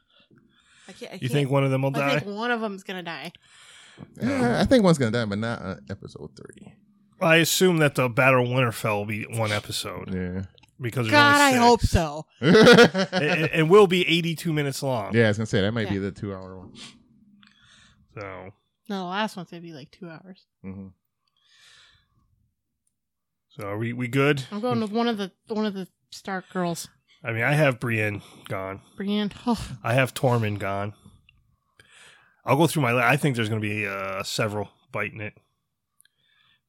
Speaker 2: I can't. I
Speaker 3: You
Speaker 2: can't-
Speaker 3: think one of them will
Speaker 2: I
Speaker 3: die?
Speaker 2: think one of them's gonna die.
Speaker 1: Yeah, I think one's gonna die, but not on episode three.
Speaker 3: I assume that the Battle of Winterfell will be one episode
Speaker 1: Yeah.
Speaker 3: because there's
Speaker 2: God,
Speaker 3: only
Speaker 2: I
Speaker 3: six.
Speaker 2: hope so.
Speaker 3: and,
Speaker 1: yeah,
Speaker 3: and will be 82 minutes long.
Speaker 1: I was gonna say that might be the two hour one.
Speaker 3: So,
Speaker 2: No, the last one's gonna be like two hours.
Speaker 1: Mm-hmm.
Speaker 3: so are we we good?
Speaker 2: I'm going with one of the one of the Stark girls.
Speaker 3: I mean, I have Brienne gone.
Speaker 2: Brienne. Oh,
Speaker 3: I have Tormund gone. I'll go through my. li- I think there's going to be uh, several biting it.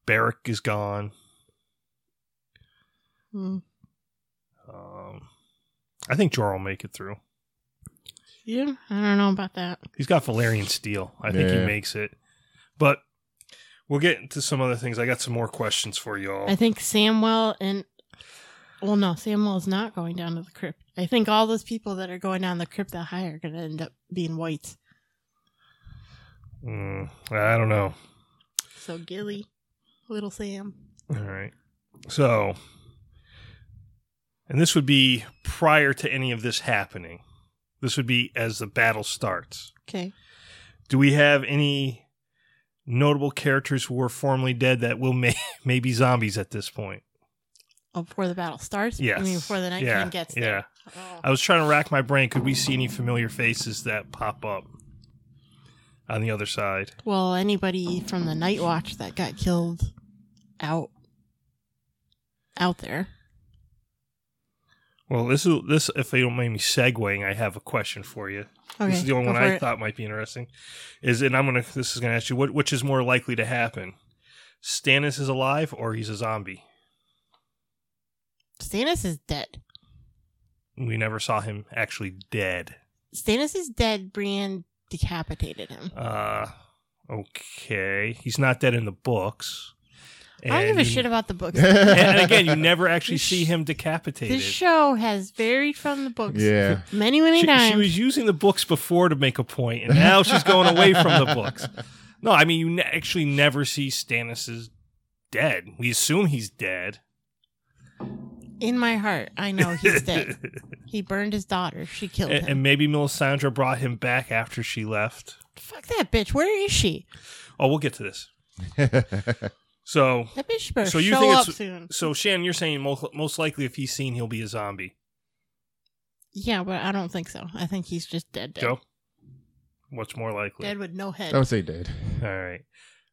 Speaker 3: Barrack is gone.
Speaker 2: hmm.
Speaker 3: Um, I think Jorah will make it through.
Speaker 2: yeah, I don't know about that.
Speaker 3: He's got Valerian steel. I think he
Speaker 1: Yeah.
Speaker 3: makes it. But we'll get into some other things. I got some more questions for y'all.
Speaker 2: I think Samwell and well, no, Samwell is not going down to the crypt. I think all those people that are going down the crypt that high are gonna end up being whites.
Speaker 3: Mm, I don't know.
Speaker 2: So Gilly, little Sam.
Speaker 3: All right. So And this would be prior to any of this happening. This would be as the battle starts.
Speaker 2: Okay.
Speaker 3: Do we have any notable characters who were formerly dead that will may, may be zombies at this point?
Speaker 2: Oh, before the battle starts?
Speaker 3: Yes.
Speaker 2: I mean, before the night
Speaker 3: yeah.
Speaker 2: king gets
Speaker 3: Yeah.
Speaker 2: there. Oh.
Speaker 3: I was trying to rack my brain. Could we see any familiar faces that pop up on the other side?
Speaker 2: Well, anybody from the night watch that got killed out out there.
Speaker 3: Well, this is this. If you don't mind me segueing, I have a question for you.
Speaker 2: Okay.
Speaker 3: this is the only
Speaker 2: go
Speaker 3: one
Speaker 2: for
Speaker 3: I
Speaker 2: it.
Speaker 3: thought might be interesting. Is and I'm gonna. This is gonna ask you what which is more likely to happen: Stannis is alive or he's a zombie.
Speaker 2: Stannis is dead.
Speaker 3: We never saw him actually dead.
Speaker 2: Stannis is dead. Brienne decapitated him.
Speaker 3: Uh, okay, he's not dead in the books.
Speaker 2: I don't give a
Speaker 3: you-
Speaker 2: shit about the books.
Speaker 3: and, and again, you never actually
Speaker 2: This
Speaker 3: see
Speaker 2: sh-
Speaker 3: him decapitated.
Speaker 2: this show has varied from the books
Speaker 1: yeah.
Speaker 2: many, many
Speaker 3: she,
Speaker 2: times.
Speaker 3: she was using the books before to make a point, and now she's going away from the books. No, I mean you ne- actually never see Stannis is dead. We assume he's dead.
Speaker 2: In my heart, I know Oh, he's dead. he burned his daughter. She
Speaker 3: A-
Speaker 2: killed
Speaker 3: and,
Speaker 2: him.
Speaker 3: maybe Melisandre brought him back after she left.
Speaker 2: Fuck that bitch. Where is she?
Speaker 3: Oh, we'll get to this. So,
Speaker 2: That bitch better
Speaker 3: So you
Speaker 2: show
Speaker 3: think
Speaker 2: up
Speaker 3: it's-
Speaker 2: soon.
Speaker 3: so Shannon, you're saying most, most likely if he's seen, he'll be a zombie.
Speaker 2: Yeah, but I don't think so. I think he's just dead. Dead,
Speaker 3: Joe, what's more likely?
Speaker 2: dead with no head.
Speaker 1: I would say dead.
Speaker 3: All right.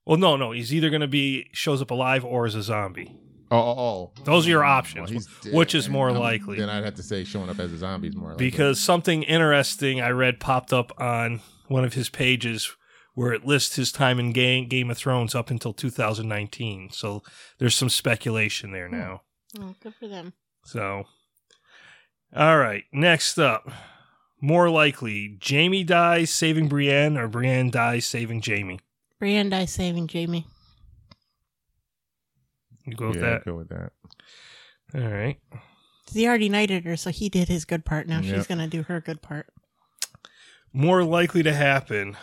Speaker 3: Well, no, no. He's either going to be shows up alive or is a zombie.
Speaker 1: Oh, oh, oh.
Speaker 3: Those are your
Speaker 1: Oh,
Speaker 3: options.
Speaker 1: he's dead.
Speaker 3: Which is more
Speaker 1: Um,
Speaker 3: likely?
Speaker 1: Then I'd have to say showing up as a zombie is more likely.
Speaker 3: because something interesting I read popped up on one of his pages where it lists his time in Game, Game of Thrones up until 2019. So there's some speculation there now.
Speaker 2: Oh, good for them.
Speaker 3: So, all right, next up, more likely Jamie dies saving Brienne or Brienne dies saving Jamie.
Speaker 2: Brienne dies saving Jamie.
Speaker 3: You go with
Speaker 1: yeah,
Speaker 3: that.
Speaker 1: Go with that.
Speaker 3: All right.
Speaker 2: He already knighted her, so he did his good part. Now she's
Speaker 1: Yep.
Speaker 2: gonna do her good part.
Speaker 3: More likely to happen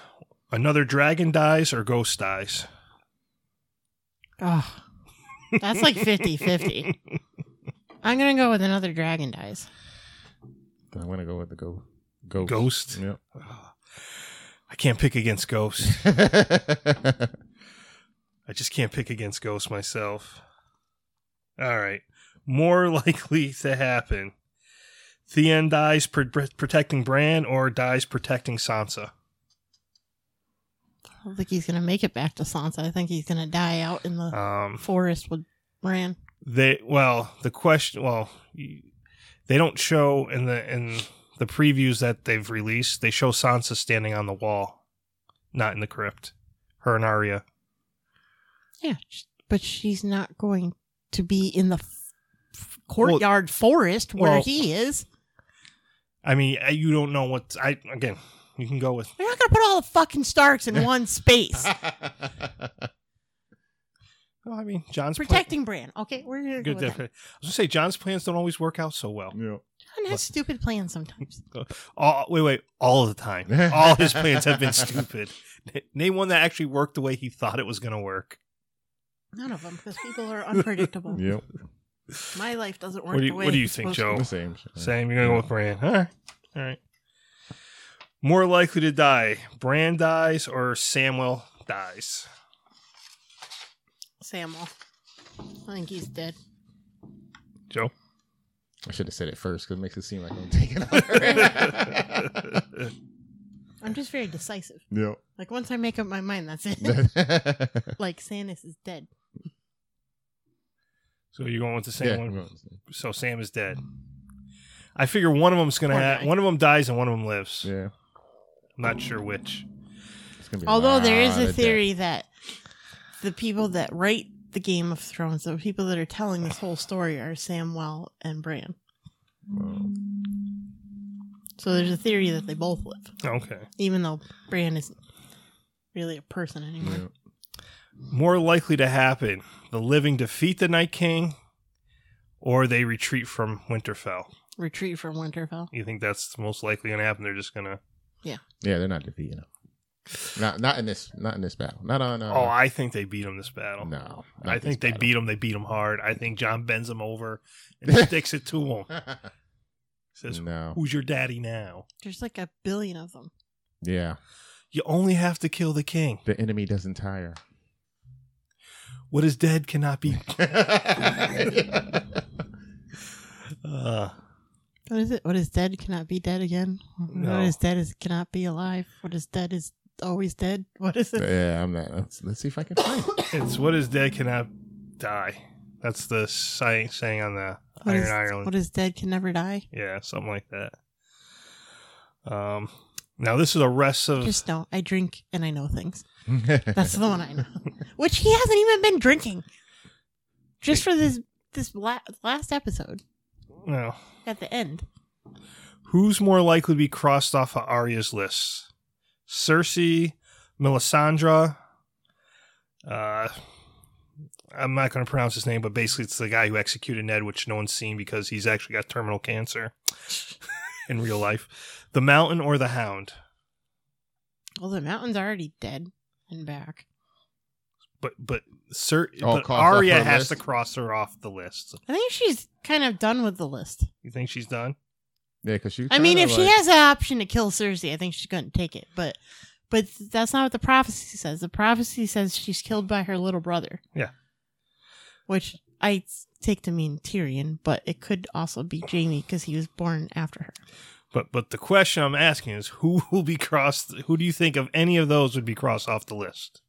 Speaker 3: another dragon dies or ghost dies.
Speaker 2: Oh, that's like 50-50. I'm gonna go with another dragon dies.
Speaker 1: Then I'm gonna go with the go. Ghost.
Speaker 3: Ghost?
Speaker 1: Yep.
Speaker 3: I can't pick against ghosts.
Speaker 1: I
Speaker 3: I just can't pick against Ghost myself. All right. More likely to happen. Theon dies pr- pr- protecting Bran or dies protecting Sansa.
Speaker 2: I don't think he's gonna make it back to Sansa. I think he's gonna die out in the
Speaker 3: Um,
Speaker 2: forest with Bran.
Speaker 3: they well, the question well, y- they don't show in the in the previews that they've released. They show Sansa standing on the wall, not in the crypt. Her and Arya.
Speaker 2: Yeah, sh- but she's not going to be in the f- f- courtyard forest where
Speaker 3: well-
Speaker 2: he is.
Speaker 3: I mean, I- you don't know what I again. You can go with
Speaker 2: We're not gonna put all the fucking Starks in one space.
Speaker 3: Oh, I mean, John's plan-
Speaker 2: Protecting Bran. Okay, we're gonna go
Speaker 3: Good
Speaker 2: with that.
Speaker 3: different. I was gonna say John's plans don't always work out so well.
Speaker 1: yep.
Speaker 2: John has stupid plans sometimes.
Speaker 3: All, wait, wait, all the time. All his plans have been stupid. N- Name one that actually worked the way he thought it was gonna work.
Speaker 2: None of them, because people are unpredictable.
Speaker 1: Yep.
Speaker 2: My life doesn't work
Speaker 3: What do you-
Speaker 2: the way
Speaker 3: what do you
Speaker 2: it's
Speaker 3: think,
Speaker 2: supposed to.
Speaker 3: Joe?
Speaker 1: The same. shit.
Speaker 3: Same, you're gonna go with Bran. All right, all right. More likely to die: Bran dies or Samwell dies.
Speaker 2: Samuel. I think he's dead.
Speaker 3: Joe.
Speaker 1: I should have said it first because it makes it seem like I'm taking over.
Speaker 2: I'm just very decisive.
Speaker 1: yep.
Speaker 2: Like once I make up my mind, that's it. like Sanus is dead.
Speaker 3: So you're going with the same
Speaker 1: yeah.
Speaker 3: one.
Speaker 1: well,
Speaker 3: So Sam is dead. I figure one of them's gonna
Speaker 2: Poor
Speaker 3: ha-
Speaker 2: guy.
Speaker 3: one of them dies and one of them lives.
Speaker 1: Yeah.
Speaker 3: I'm not sure which.
Speaker 1: It's gonna be
Speaker 2: Although there is
Speaker 1: lot
Speaker 2: a
Speaker 1: of
Speaker 2: theory that the people that write the Game of Thrones, the people that are telling this whole story, are Samwell and
Speaker 1: death.
Speaker 2: Bran.
Speaker 1: Well,
Speaker 2: So there's a theory that they both live,
Speaker 3: Okay.
Speaker 2: even though Bran isn't really a person anymore.
Speaker 1: yeah.
Speaker 3: more likely to happen the living defeat the night king or they retreat from winterfell
Speaker 2: Retreat from Winterfell.
Speaker 3: you think that's the most likely going to happen they're just going to
Speaker 1: Yeah, they're not defeating him. Not not in this not in this battle. Not on. Uh,
Speaker 3: Oh, I think they beat him this battle.
Speaker 1: no. not
Speaker 3: I
Speaker 1: this
Speaker 3: think they
Speaker 1: battle.
Speaker 3: beat him. They beat him hard. I think John bends him over and sticks it to him. Says,
Speaker 1: no.
Speaker 3: "Who's your daddy now?
Speaker 2: There's like a billion of them.
Speaker 1: Yeah.
Speaker 3: You only have to kill the king.
Speaker 1: The enemy doesn't tire.
Speaker 3: What is dead cannot be." Uh,
Speaker 2: What is it? What is dead cannot be dead again.
Speaker 3: No.
Speaker 2: What is dead is cannot be alive. What is dead is always dead. What is it?
Speaker 1: yeah, I'm not. Let's, let's see if I can find it.
Speaker 3: it's what is dead cannot die. That's the saying saying on the
Speaker 2: What
Speaker 3: Iron
Speaker 2: is-
Speaker 3: Ireland.
Speaker 2: What is dead can never die.
Speaker 3: yeah, something like that. Um, now this is a rest of
Speaker 2: Just know I drink and I know things. That's the one I know. Which he hasn't even been drinking. Just for this this la- last episode
Speaker 3: no.
Speaker 2: at the end.
Speaker 3: Who's more likely to be crossed off of Arya's list? Cersei, Melisandre. Uh, I'm not going to pronounce his name, but basically it's the guy who executed Ned, which no one's seen because he's actually got terminal cancer in real life. The Mountain or the Hound?
Speaker 2: Well, the mountain's already dead and back.
Speaker 3: But but Cer-
Speaker 1: Oh,
Speaker 3: but
Speaker 1: cross off
Speaker 3: Arya
Speaker 1: her
Speaker 3: has
Speaker 1: list?
Speaker 3: to cross her off the list.
Speaker 2: I think she's kind of done with the list.
Speaker 3: You think she's done?
Speaker 1: yeah, because she.
Speaker 2: I mean,
Speaker 1: kinda
Speaker 2: if she
Speaker 1: like-
Speaker 2: has the option to kill Cersei, I think she's going to take it. But but that's not what the prophecy says. The prophecy says she's killed by her little brother.
Speaker 3: Yeah.
Speaker 2: Which I take to mean Tyrion, but it could also be Jamie because he was born after her.
Speaker 3: But but the question I'm asking is who will be crossed? Who do you think of any of those would be crossed off the list?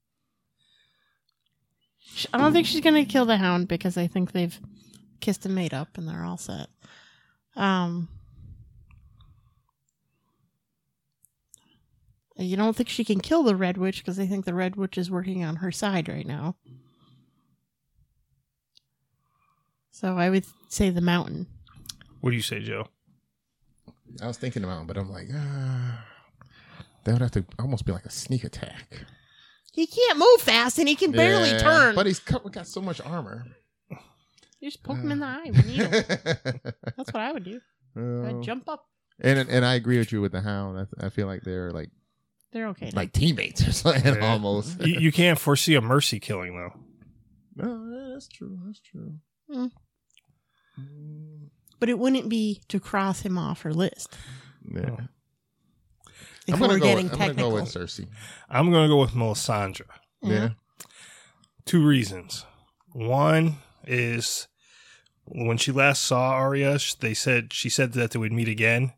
Speaker 2: Sh- I don't think she's gonna kill the hound because I think they've kissed and made up and they're all set. Um, you don't think she can kill the red witch because I think the red witch is working on her side right now. So I would say the mountain.
Speaker 3: What do you say, Joe?
Speaker 1: I was thinking about, it, but I'm like, ah, that would have to almost be like a sneak attack.
Speaker 2: He can't move fast and he can barely
Speaker 1: Yeah,
Speaker 2: turn.
Speaker 1: But he's cut, got so much armor.
Speaker 2: you just poke him
Speaker 1: Uh.
Speaker 2: in the eye. With a needle. That's what I would do.
Speaker 1: Oh.
Speaker 2: I'd jump up.
Speaker 1: and and I agree with you with the hound. I, th- I feel like they're like
Speaker 2: They're okay. now.
Speaker 1: like teammates or something
Speaker 3: Yeah.
Speaker 1: almost.
Speaker 3: you, you can't foresee a mercy killing though.
Speaker 1: No, yeah, that's true. That's true.
Speaker 2: Mm.
Speaker 1: Mm,
Speaker 2: But it wouldn't be to cross him off her list.
Speaker 1: yeah.
Speaker 3: Oh.
Speaker 2: If
Speaker 1: I'm
Speaker 2: we're
Speaker 1: gonna go.
Speaker 2: getting
Speaker 1: With, I'm gonna
Speaker 2: technical. Mm-hmm.
Speaker 1: go with Cersei.
Speaker 3: I'm gonna go with Melisandre.
Speaker 2: Yeah.
Speaker 1: Yeah.
Speaker 3: Two reasons. One is when she last saw Arya, sh- they said she said that they would meet again,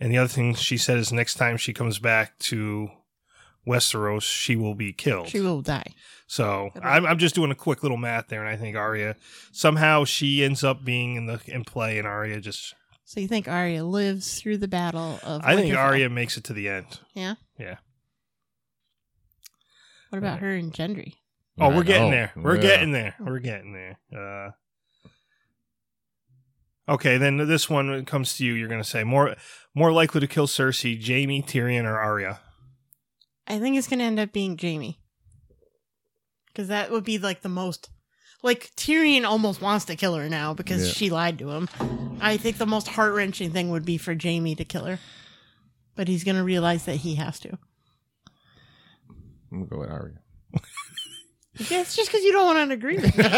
Speaker 3: and the other thing she said is next time she comes back to Westeros, she will be killed.
Speaker 2: She will die.
Speaker 3: So
Speaker 2: Okay.
Speaker 3: I'm, I'm just doing a quick little math there, and I think Arya somehow she ends up being in the in play, and Arya just
Speaker 2: So you think Arya lives through the battle of?
Speaker 3: I think
Speaker 2: Winterfell.
Speaker 3: Arya makes it to the end.
Speaker 2: What about her and Gendry?
Speaker 3: Oh,
Speaker 1: I
Speaker 3: we're getting
Speaker 1: know.
Speaker 3: there. We're
Speaker 1: Yeah.
Speaker 3: getting there. We're getting there. Uh, okay, then this one when it comes to you. You're going to say more more likely to kill Cersei, Jamie, Tyrion, or Arya.
Speaker 2: I think it's gonna end up being Jamie, because that would be like the most. Like Tyrion almost wants to kill her now because
Speaker 1: Yeah.
Speaker 2: she lied to him. I think the most heart wrenching thing would be for Jamie to kill her, but he's gonna realize that he has to.
Speaker 1: I'm gonna go with Arya.
Speaker 2: It's just because you don't want to agree with me.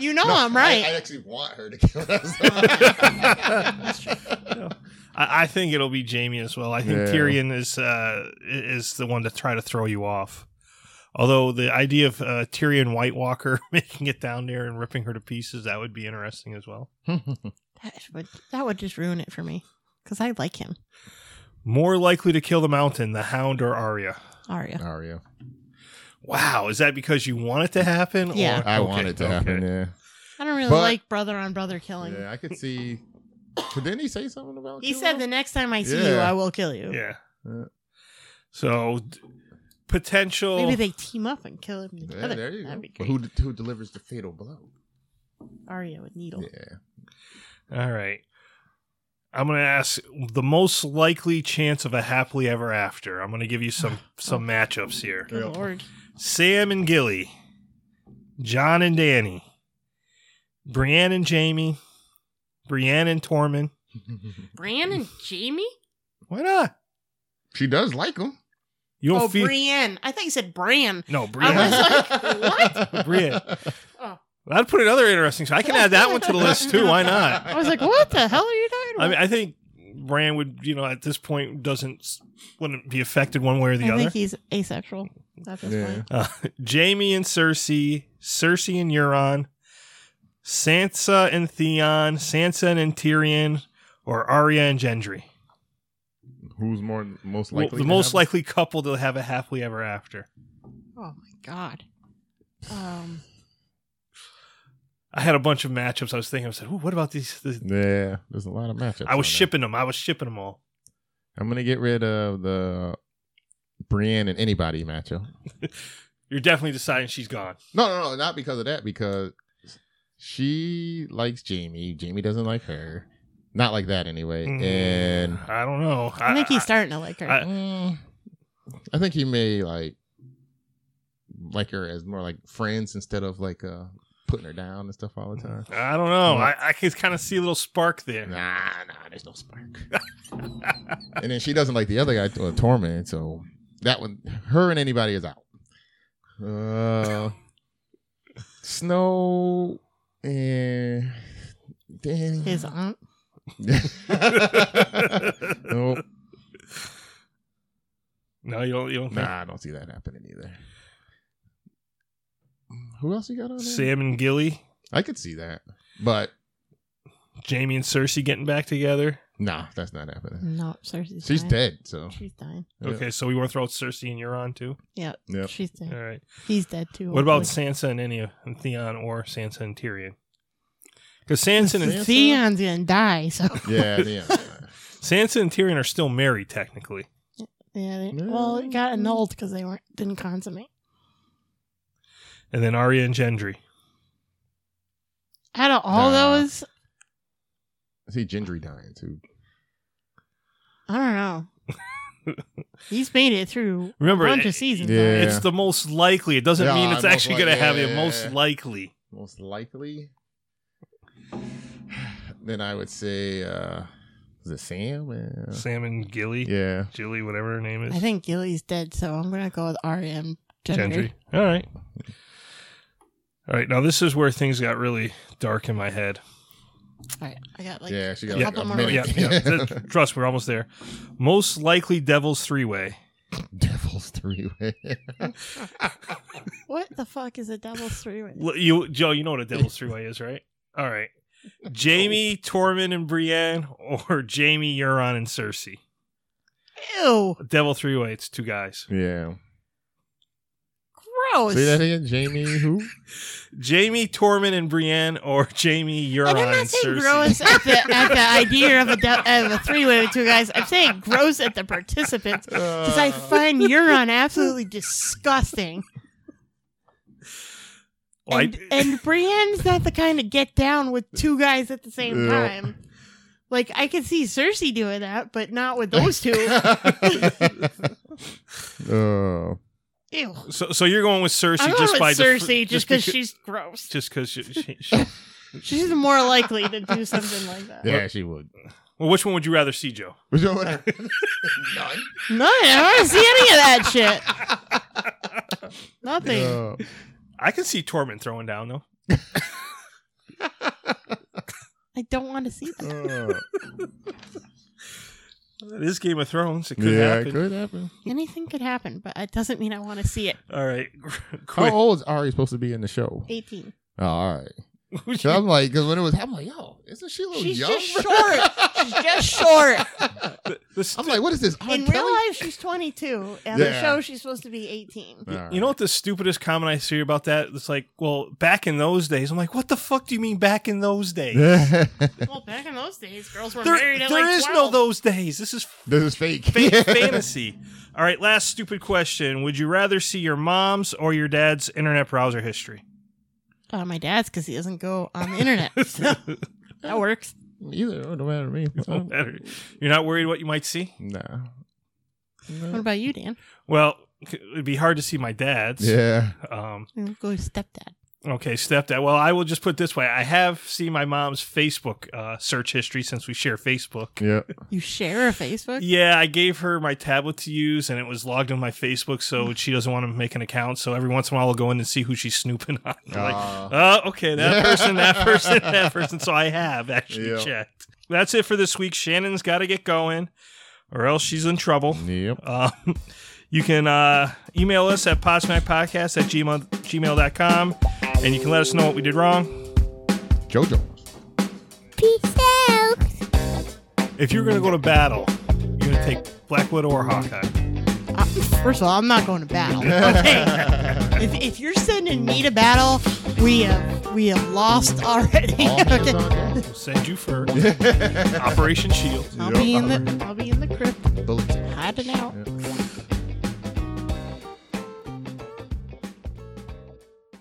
Speaker 2: You know
Speaker 1: No,
Speaker 2: I'm right.
Speaker 1: I, I actually want her to kill us.
Speaker 3: I, I think it'll be Jamie as well. I think
Speaker 1: Yeah.
Speaker 3: Tyrion is uh, is the one to try to throw you off. Although the idea of uh, Tyrion White Walker making it down there and ripping her to pieces that would be interesting as well.
Speaker 2: that would that would just ruin it for me because I like him,
Speaker 3: More likely to kill the Mountain, the Hound, or Arya.
Speaker 2: Arya.
Speaker 1: Arya.
Speaker 3: Wow, is that because you want it to happen?
Speaker 2: Yeah.
Speaker 3: or?
Speaker 1: I
Speaker 3: Okay,
Speaker 1: want it to
Speaker 3: okay.
Speaker 1: happen. Yeah.
Speaker 2: I don't really
Speaker 1: But-
Speaker 2: like brother on brother killing.
Speaker 1: Yeah, I could see. But didn't he say something about?
Speaker 2: He
Speaker 1: you
Speaker 2: said,
Speaker 1: all?
Speaker 2: "The next time I see you,
Speaker 1: Yeah.
Speaker 2: I will kill you."
Speaker 3: Yeah.
Speaker 1: Yeah.
Speaker 3: So d- potential.
Speaker 2: Maybe they team up and kill him together.
Speaker 1: Oh. Yeah, there you
Speaker 2: That'd
Speaker 1: go.
Speaker 2: be
Speaker 1: But
Speaker 2: great.
Speaker 1: who d- who delivers the fatal blow?
Speaker 2: Arya with needle.
Speaker 1: Yeah.
Speaker 3: All right. I'm gonna ask the most likely chance of a happily ever after. I'm gonna give you some some matchups here.
Speaker 2: Good
Speaker 1: Yeah.
Speaker 2: lord.
Speaker 3: Sam and Gilly, John and Danny, Brienne and Jamie, Brienne and Tormund.
Speaker 2: Bran and Jamie?
Speaker 3: Why not?
Speaker 1: she does like him.
Speaker 3: You'll
Speaker 2: oh,
Speaker 3: feel
Speaker 2: Brienne. I thought you said Bran.
Speaker 3: no
Speaker 2: I
Speaker 3: Brienne.
Speaker 2: was like,
Speaker 3: Brienne.
Speaker 2: Oh.
Speaker 3: That'd put another interesting. I can add that one to the list too. Why not?
Speaker 2: I was like, what the hell are you talking about?
Speaker 3: I mean, I think Bran would, you know, at this point doesn't wouldn't be affected one way or the
Speaker 2: I
Speaker 3: other.
Speaker 2: think he's asexual at this
Speaker 1: Yeah.
Speaker 2: point.
Speaker 3: uh, Jamie and Cersei, Cersei and Euron, Sansa and Theon, Sansa and Tyrion, or Arya and Gendry.
Speaker 1: Who's more most
Speaker 3: Well,
Speaker 1: likely?
Speaker 3: the
Speaker 1: to
Speaker 3: most
Speaker 1: have-
Speaker 3: likely couple to have a happily ever after.
Speaker 2: Oh my god. Um,
Speaker 3: I had a bunch of matchups. I was thinking. I said, "Ooh, "What about these?" these-
Speaker 1: Yeah, there's a lot of matchups.
Speaker 3: I
Speaker 1: on there.
Speaker 3: was shipping them. I was shipping them all.
Speaker 1: I'm gonna get rid of the Brienne and anybody matchup.
Speaker 3: You're definitely deciding she's gone.
Speaker 1: No, no, no, not because of that. Because she likes Jamie. Jamie doesn't like her. Not like that anyway.
Speaker 3: Mm,
Speaker 1: And
Speaker 3: I don't know.
Speaker 2: I think he's starting to like her.
Speaker 3: I-
Speaker 1: mm, I think he may like like her as more like friends instead of like uh putting her down and stuff all the time.
Speaker 3: I don't know.
Speaker 1: Mm.
Speaker 3: I, I can kind of see a little spark there.
Speaker 1: Nah, nah, there's no spark. and then she doesn't like the other guy, uh, Tormund. So that one, her and anybody is out. Uh, Snow and Danny.
Speaker 2: His aunt.
Speaker 1: nope.
Speaker 3: No, you don't. You don't. think-
Speaker 1: Nah, I don't see that happening either. Who else you got on there?
Speaker 3: Sam and Gilly,
Speaker 1: I could see that, but
Speaker 3: Jamie and Cersei getting back together.
Speaker 1: nah, that's not happening.
Speaker 2: No, Cersei's
Speaker 1: She's
Speaker 2: dying.
Speaker 1: dead, so
Speaker 2: She's dying.
Speaker 1: Yeah.
Speaker 3: Okay, so we want to throw out Cersei and Euron too.
Speaker 2: Yeah,
Speaker 1: Yep.
Speaker 2: she's dead.
Speaker 3: All right.
Speaker 2: He's dead too.
Speaker 3: What about
Speaker 2: hopefully.
Speaker 3: Sansa and Enya and Theon or Sansa and Tyrion? Because Sansa and
Speaker 1: Sansa?
Speaker 2: Theon's gonna die? So
Speaker 1: yeah, yeah.
Speaker 3: Sansa and Tyrion are still married technically.
Speaker 2: yeah. They, well, it got annulled because they weren't didn't consummate.
Speaker 3: And then Arya and Gendry.
Speaker 2: Out of all
Speaker 1: Nah.
Speaker 2: those,
Speaker 1: I see Gendry dying too.
Speaker 2: I don't know. he's made it through
Speaker 3: Remember,
Speaker 2: a bunch
Speaker 3: it-
Speaker 2: of seasons.
Speaker 1: Yeah.
Speaker 2: already.
Speaker 3: it's the most likely. It doesn't
Speaker 1: Yeah,
Speaker 3: mean it's
Speaker 1: most
Speaker 3: actually
Speaker 1: likely.
Speaker 3: going to have
Speaker 1: Yeah,
Speaker 3: a
Speaker 1: yeah,
Speaker 3: most
Speaker 1: yeah.
Speaker 3: likely.
Speaker 1: most likely, then I would say uh is it Sam? Yeah.
Speaker 3: Sam and Gilly,
Speaker 1: yeah.
Speaker 3: Gilly, whatever her name is.
Speaker 2: I think Gilly's dead, so I'm gonna go with E R.M. Gendry.
Speaker 3: Gendry. All right. All right. Now this is where things got really dark in my head.
Speaker 2: All right, I got like
Speaker 1: yeah, she got
Speaker 2: a
Speaker 1: like
Speaker 2: couple
Speaker 1: a
Speaker 2: more
Speaker 1: minute.
Speaker 3: yeah, yeah. Th- Trust, we're almost there. Most likely, Devil's three way.
Speaker 1: Devil's three way.
Speaker 2: what the fuck is a devil's three way?
Speaker 3: You, Joe, you know what a Devil's three way is, right? All right. Jamie, Tormund, and Brienne, or Jamie, Euron, and Cersei.
Speaker 2: Ew,
Speaker 3: Devil three way. It's two guys.
Speaker 1: yeah.
Speaker 2: gross.
Speaker 1: Say that again, Jamie. Who?
Speaker 3: Jamie, Tormund, and Brienne, or Jamie, Euron,
Speaker 2: And I'm not
Speaker 3: and
Speaker 2: saying
Speaker 3: Cersei.
Speaker 2: gross at the, at the idea of a, de- of a three way with two guys. I'm saying gross at the participants because I find Euron absolutely disgusting.
Speaker 3: Oh, I-
Speaker 2: and, and Brienne's not the kind to get down with two guys at the same
Speaker 1: Yeah.
Speaker 2: time. Like I could see Cersei doing that, but not with those two.
Speaker 1: Oh.
Speaker 2: Ew.
Speaker 3: so, so you're going with Cersei
Speaker 2: I'm going
Speaker 3: just
Speaker 2: with
Speaker 3: by def-
Speaker 2: Cersei just because
Speaker 3: becau-
Speaker 2: she's gross.
Speaker 3: just because she, she, she-
Speaker 2: She's more likely to do something like that.
Speaker 1: yeah, she would.
Speaker 3: well, which one would you rather see, Joe?
Speaker 1: Which one would I- None.
Speaker 2: No, I don't see any of that shit. Nothing.
Speaker 1: Oh.
Speaker 3: I can see Tormund throwing down though.
Speaker 2: I don't want to see that.
Speaker 1: Oh.
Speaker 3: It is Game of Thrones. It could
Speaker 1: yeah,
Speaker 3: happen.
Speaker 1: it could happen.
Speaker 2: Anything could happen, but it doesn't mean I want to see it.
Speaker 3: All right,
Speaker 1: How
Speaker 3: quick.
Speaker 1: old is Ari supposed to be in the show?
Speaker 2: 18.
Speaker 1: Oh, all right. So I'm like, because when it was, I'm like, yo, isn't she a little
Speaker 2: She's
Speaker 1: young?
Speaker 2: just short. She's just short.
Speaker 3: This-
Speaker 1: I'm like, what is this? R.
Speaker 2: In real
Speaker 1: Kelly?
Speaker 2: life, she's 22. And the
Speaker 1: Yeah.
Speaker 2: show, she's supposed to be 18.
Speaker 1: All right.
Speaker 3: you know what the stupidest comment I see about that? It's like, well, back in those days. I'm like, what the fuck do you mean back in those days?
Speaker 2: Well, back in those days, girls were
Speaker 3: There,
Speaker 2: married at
Speaker 3: there
Speaker 2: like
Speaker 3: is
Speaker 2: 12.
Speaker 3: no those days. This is
Speaker 1: this is fake.
Speaker 3: fake fantasy. All right, last stupid question. Would you rather see your mom's or your dad's internet browser history?
Speaker 2: Uh, my dad's because he doesn't go on the internet. So that works.
Speaker 1: Either or, no matter to me.
Speaker 3: No matter. You're not worried what you might see?
Speaker 1: Nah.
Speaker 2: What about you, Dan?
Speaker 3: Well, c- it'd be hard to see my dad's.
Speaker 1: Yeah.
Speaker 3: Um,
Speaker 2: We'll go with stepdad.
Speaker 3: Okay, stepdad. Well, I will just put it this way: I have seen my mom's Facebook uh, search history since we share Facebook.
Speaker 1: Yeah.
Speaker 2: You share a Facebook?
Speaker 3: Yeah, I gave her my tablet to use, and it was logged on my Facebook, so she doesn't want to make an account. So every once in a while, I'll go in and see who she's snooping on. like,
Speaker 1: Uh,
Speaker 3: oh, okay, that person, that person, that person. So I have actually
Speaker 1: Yeah.
Speaker 3: checked. That's it for this week. Shannon's got to get going, or else she's in trouble.
Speaker 1: yep.
Speaker 3: Um, you can uh, email us at podsmackpodcast at gmail, gmail.com and you can let us know what we did wrong.
Speaker 1: Jojo.
Speaker 4: Peace out.
Speaker 3: If you're going to go to battle, you're going to take Black Widow or Hawkeye.
Speaker 2: Uh, first of all, I'm not going to battle. Okay. if, if you're sending me to battle, we have we have lost already.
Speaker 1: All hands
Speaker 2: Okay.
Speaker 1: on deck.
Speaker 3: We'll send you for Operation Shield.
Speaker 2: I'll
Speaker 1: Yep.
Speaker 2: be in the I'll be in the crypt
Speaker 1: Bullets.
Speaker 2: hiding out.
Speaker 1: Yeah.